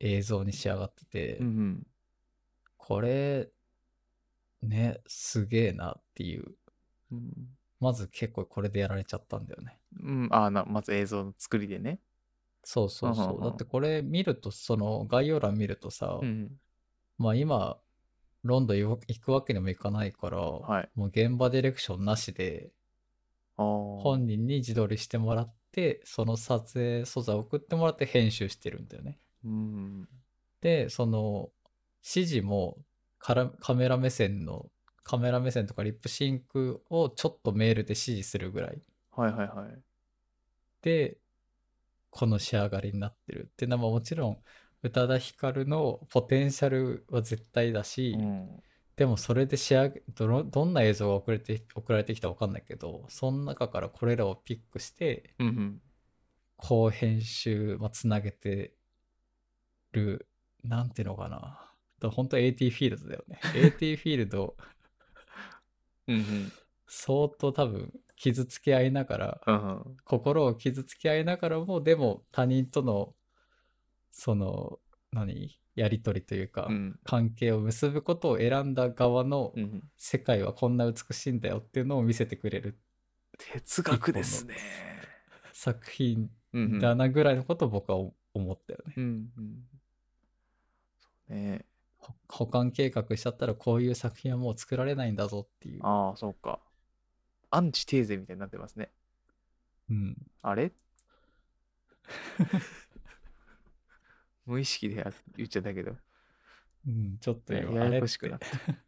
映像に仕上がってて、うんうん。これ、ね、すげえなっていう。うんまず結構これでやられちゃったんだよね。うん。ああ、なまず映像の作りでね。そうそううんそうんうんう。だってこれ見ると、その概要欄見るとさ、うん。まあ今、ロンドン行くわけにもいかないから、はいもう現場ディレクションなしで、ああ。本人に自撮りしてもらって、その撮影素材送ってもらって編集してるんだよね。うん。で、その指示もカラカメラ目線の、カメラ目線とかリップシンクをちょっとメールで指示するぐらいはいはいはい。で、この仕上がりになってるっていうのはまあもちろん宇多田ヒカルのポテンシャルは絶対だし、うん。でもそれで仕上げどのどんな映像が送れて送られてきたか分かんないけどその中からこれらをピックしてうんうん。こう編集、まあ、つなげてるなんていうのかなだから本当 AT フィールドだよね (laughs) AT フィールドうんうん。相当多分傷つけ合いながらうん心を傷つけ合いながらもでも他人とのその何やり取りというか、うん。関係を結ぶことを選んだ側のうん。世界はこんな美しいんだよっていうのを見せてくれる哲学ですね。作品うんうんだなぐらいのことを僕は思思ったよね。うんうん。そうね。ほ保管計画しちゃったらこういう作品はもう作られないんだぞっていう。ああ、そうか。アンチテーゼみたいになってますね。うん、あ (laughs) れ無意識でや言っちゃったけど、うん、ちょっとや今ややこしくなあっれたって。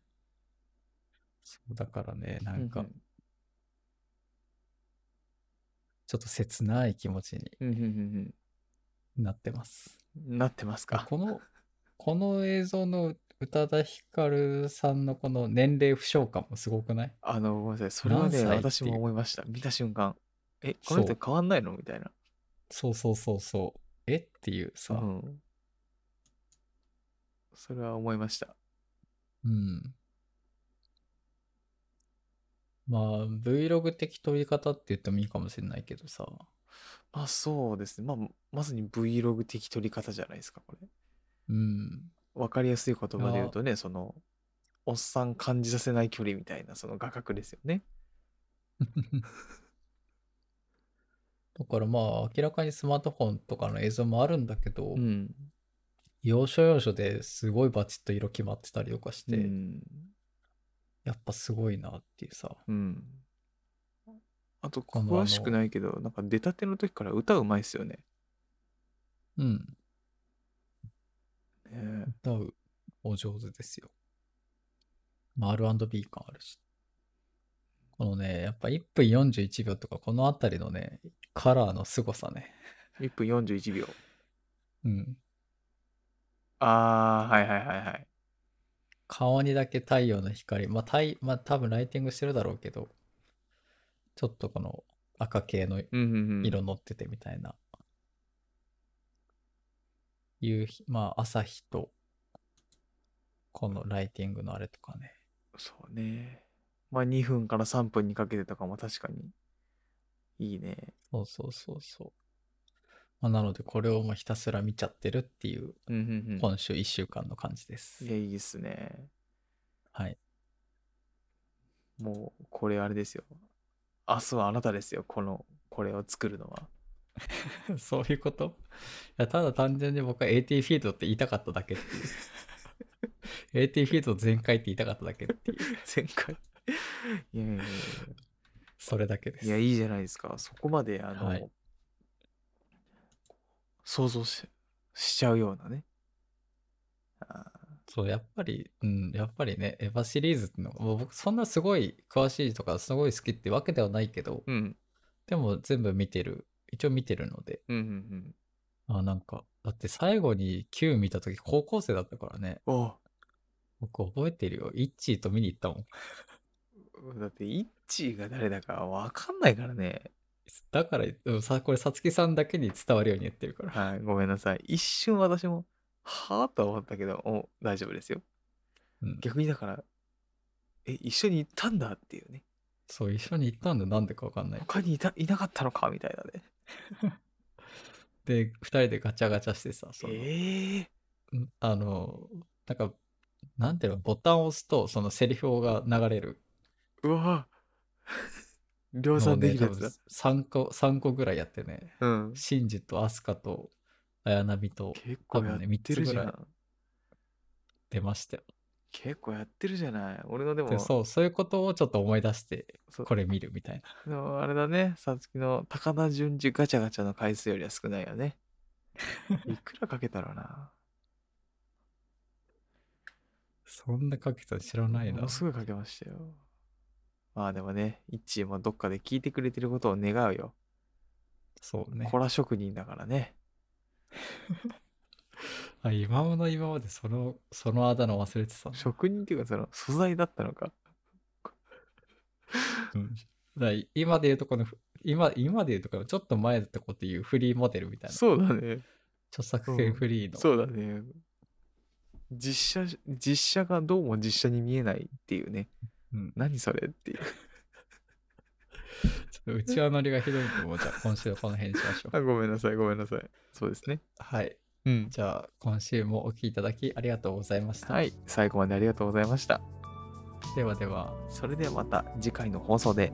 そうだからねなうんんかちょっと切ない気持ちにうんうんうんなってます。うんなってますか。この、この映像の宇多田ヒカルさんのこの年齢不詳感もすごくないあの、ごめんなさい。それはね、何歳っていう私も思いました。見た瞬間。え、このそ人う変わんないのみたいな。そうそうそうそう。えっていううさ、ん。それは思いました。うん。まあ、Vlog 的撮り方って言ってもいいかもしれないけどさ、まあそうですね。まあ、まさに Vlog 的撮り方じゃないですか、これ。うん。 (laughs) わかりやすい言葉でい言やうとね、その、おっさん感じさせない距離みたいな、その画角ですよね。だからまあ、明らかにスマートフォンとかの映像もあるんだけど、うん。要所要所ですごいバチッと色決まってたりとかして、うん。やっぱすごいなっていうさ、うん。あと、このあの詳しくないけど、なんか出たての時から歌うまいっすよね。うん。ね歌うお上手ですよ。まあ、R&B 感あるし。このね、やっぱ1分41秒とかこのあたりのね、カラーの凄さね。 1分41秒。うん。あー、はいはいはいはい。顔にだけ太陽の光。まあ、太まあ、多分ライティングしてるだろうけど、ちょっとこの赤系のうんうんうん。色乗っててみたいな。夕日、まあ、朝日と、このライティングのあれとかね。そうね。まあ2分から3分にかけてとかも確かにいいね。そうそうそうそう。まあ、なので、これをもうひたすら見ちゃってるっていう、うんうんうん。今週1週間の感じです。いや、いいっすね。はい。 (laughs) もう、これあれですよ。明日はあなたですよ。この、これを作るのは。 (laughs) そういうこといやただ単純に僕は AT フィールドって言いたかっただけっていう。AT フィールド全開って言いたかっただけっていう。前回。いやいやいやいやそれだけです。いや、いいじゃないですか。そこまで、あの、はい想像ししちゃうようなね。あそう、やっぱり、うん、やっぱりね、エヴァシリーズってのもう僕、そんなすごい詳しいとか、すごい好きってわけではないけど、ーうん、でも全部見てる、一応見てるので、うん、うん、あ、なんか、だって最後に Q 見たとき、高校生だったからね、うん。お僕覚えてるよ。イッチーと見に行ったもん。だって、イッチーが誰だかわかんないからね。だから、うんさこれ、さつきさんだけに伝わるように言ってるから。はい、ごめんなさい。一瞬私も、はぁとは思ったけど、お大丈夫ですよ。うん、逆にだから、え、一緒に行ったんだっていうね。そう、一緒に行ったんだ、なんでかわかんない。他にいたいなかったのかみたいなね。で、二人でガチャガチャしてさ、そのええんあの、なんか、なんていうの、ボタンを押すと、そのセリフが流れるー、うわ (laughs) ぁ。量のを産でね、きる多やつだ分。3個、三個ぐらいやってね、うん。シンジとアスカと綾波と結構や多分ねってるじゃ三つぐらん。出ましたよ。結構やってるじゃない。俺のでも、で、そう、そういうことをちょっと思い出して、そうこれ見るみたいな。でもあれだね、さつきの高田純次ガチャガチャの回数よりは少ないよ (laughs) ね。いくらかけたろうな。そんなかけたの知らないもなう。すぐかけましたよ。まあでもね、イッチーもどっかで聞いてくれてることを願うよ。そうねコ。ラ職人だからね。あ今まで今までその、そのあだ名忘れて (laughs) たの。職人っていうか、その素材だったのか。うんだから今で言うとこの、今、今で言うとこの、ちょっと前ってこと言うフリーモデルみたいな。そうだね。著作権フリーの。そうだね。実写、実写がどうも実写に見えないっていうね。うん何それ (laughs) っていう。ちょっとうちわノリがひどいと思う。じゃあ今週はこの辺にしましょうあ。ごめんなさい、ごめんなさい。そうですね。はい。うん。じゃあ今週もお聴きいただきありがとうございました。はい、最後までありがとうございました。ではでは。それではまた次回の放送で。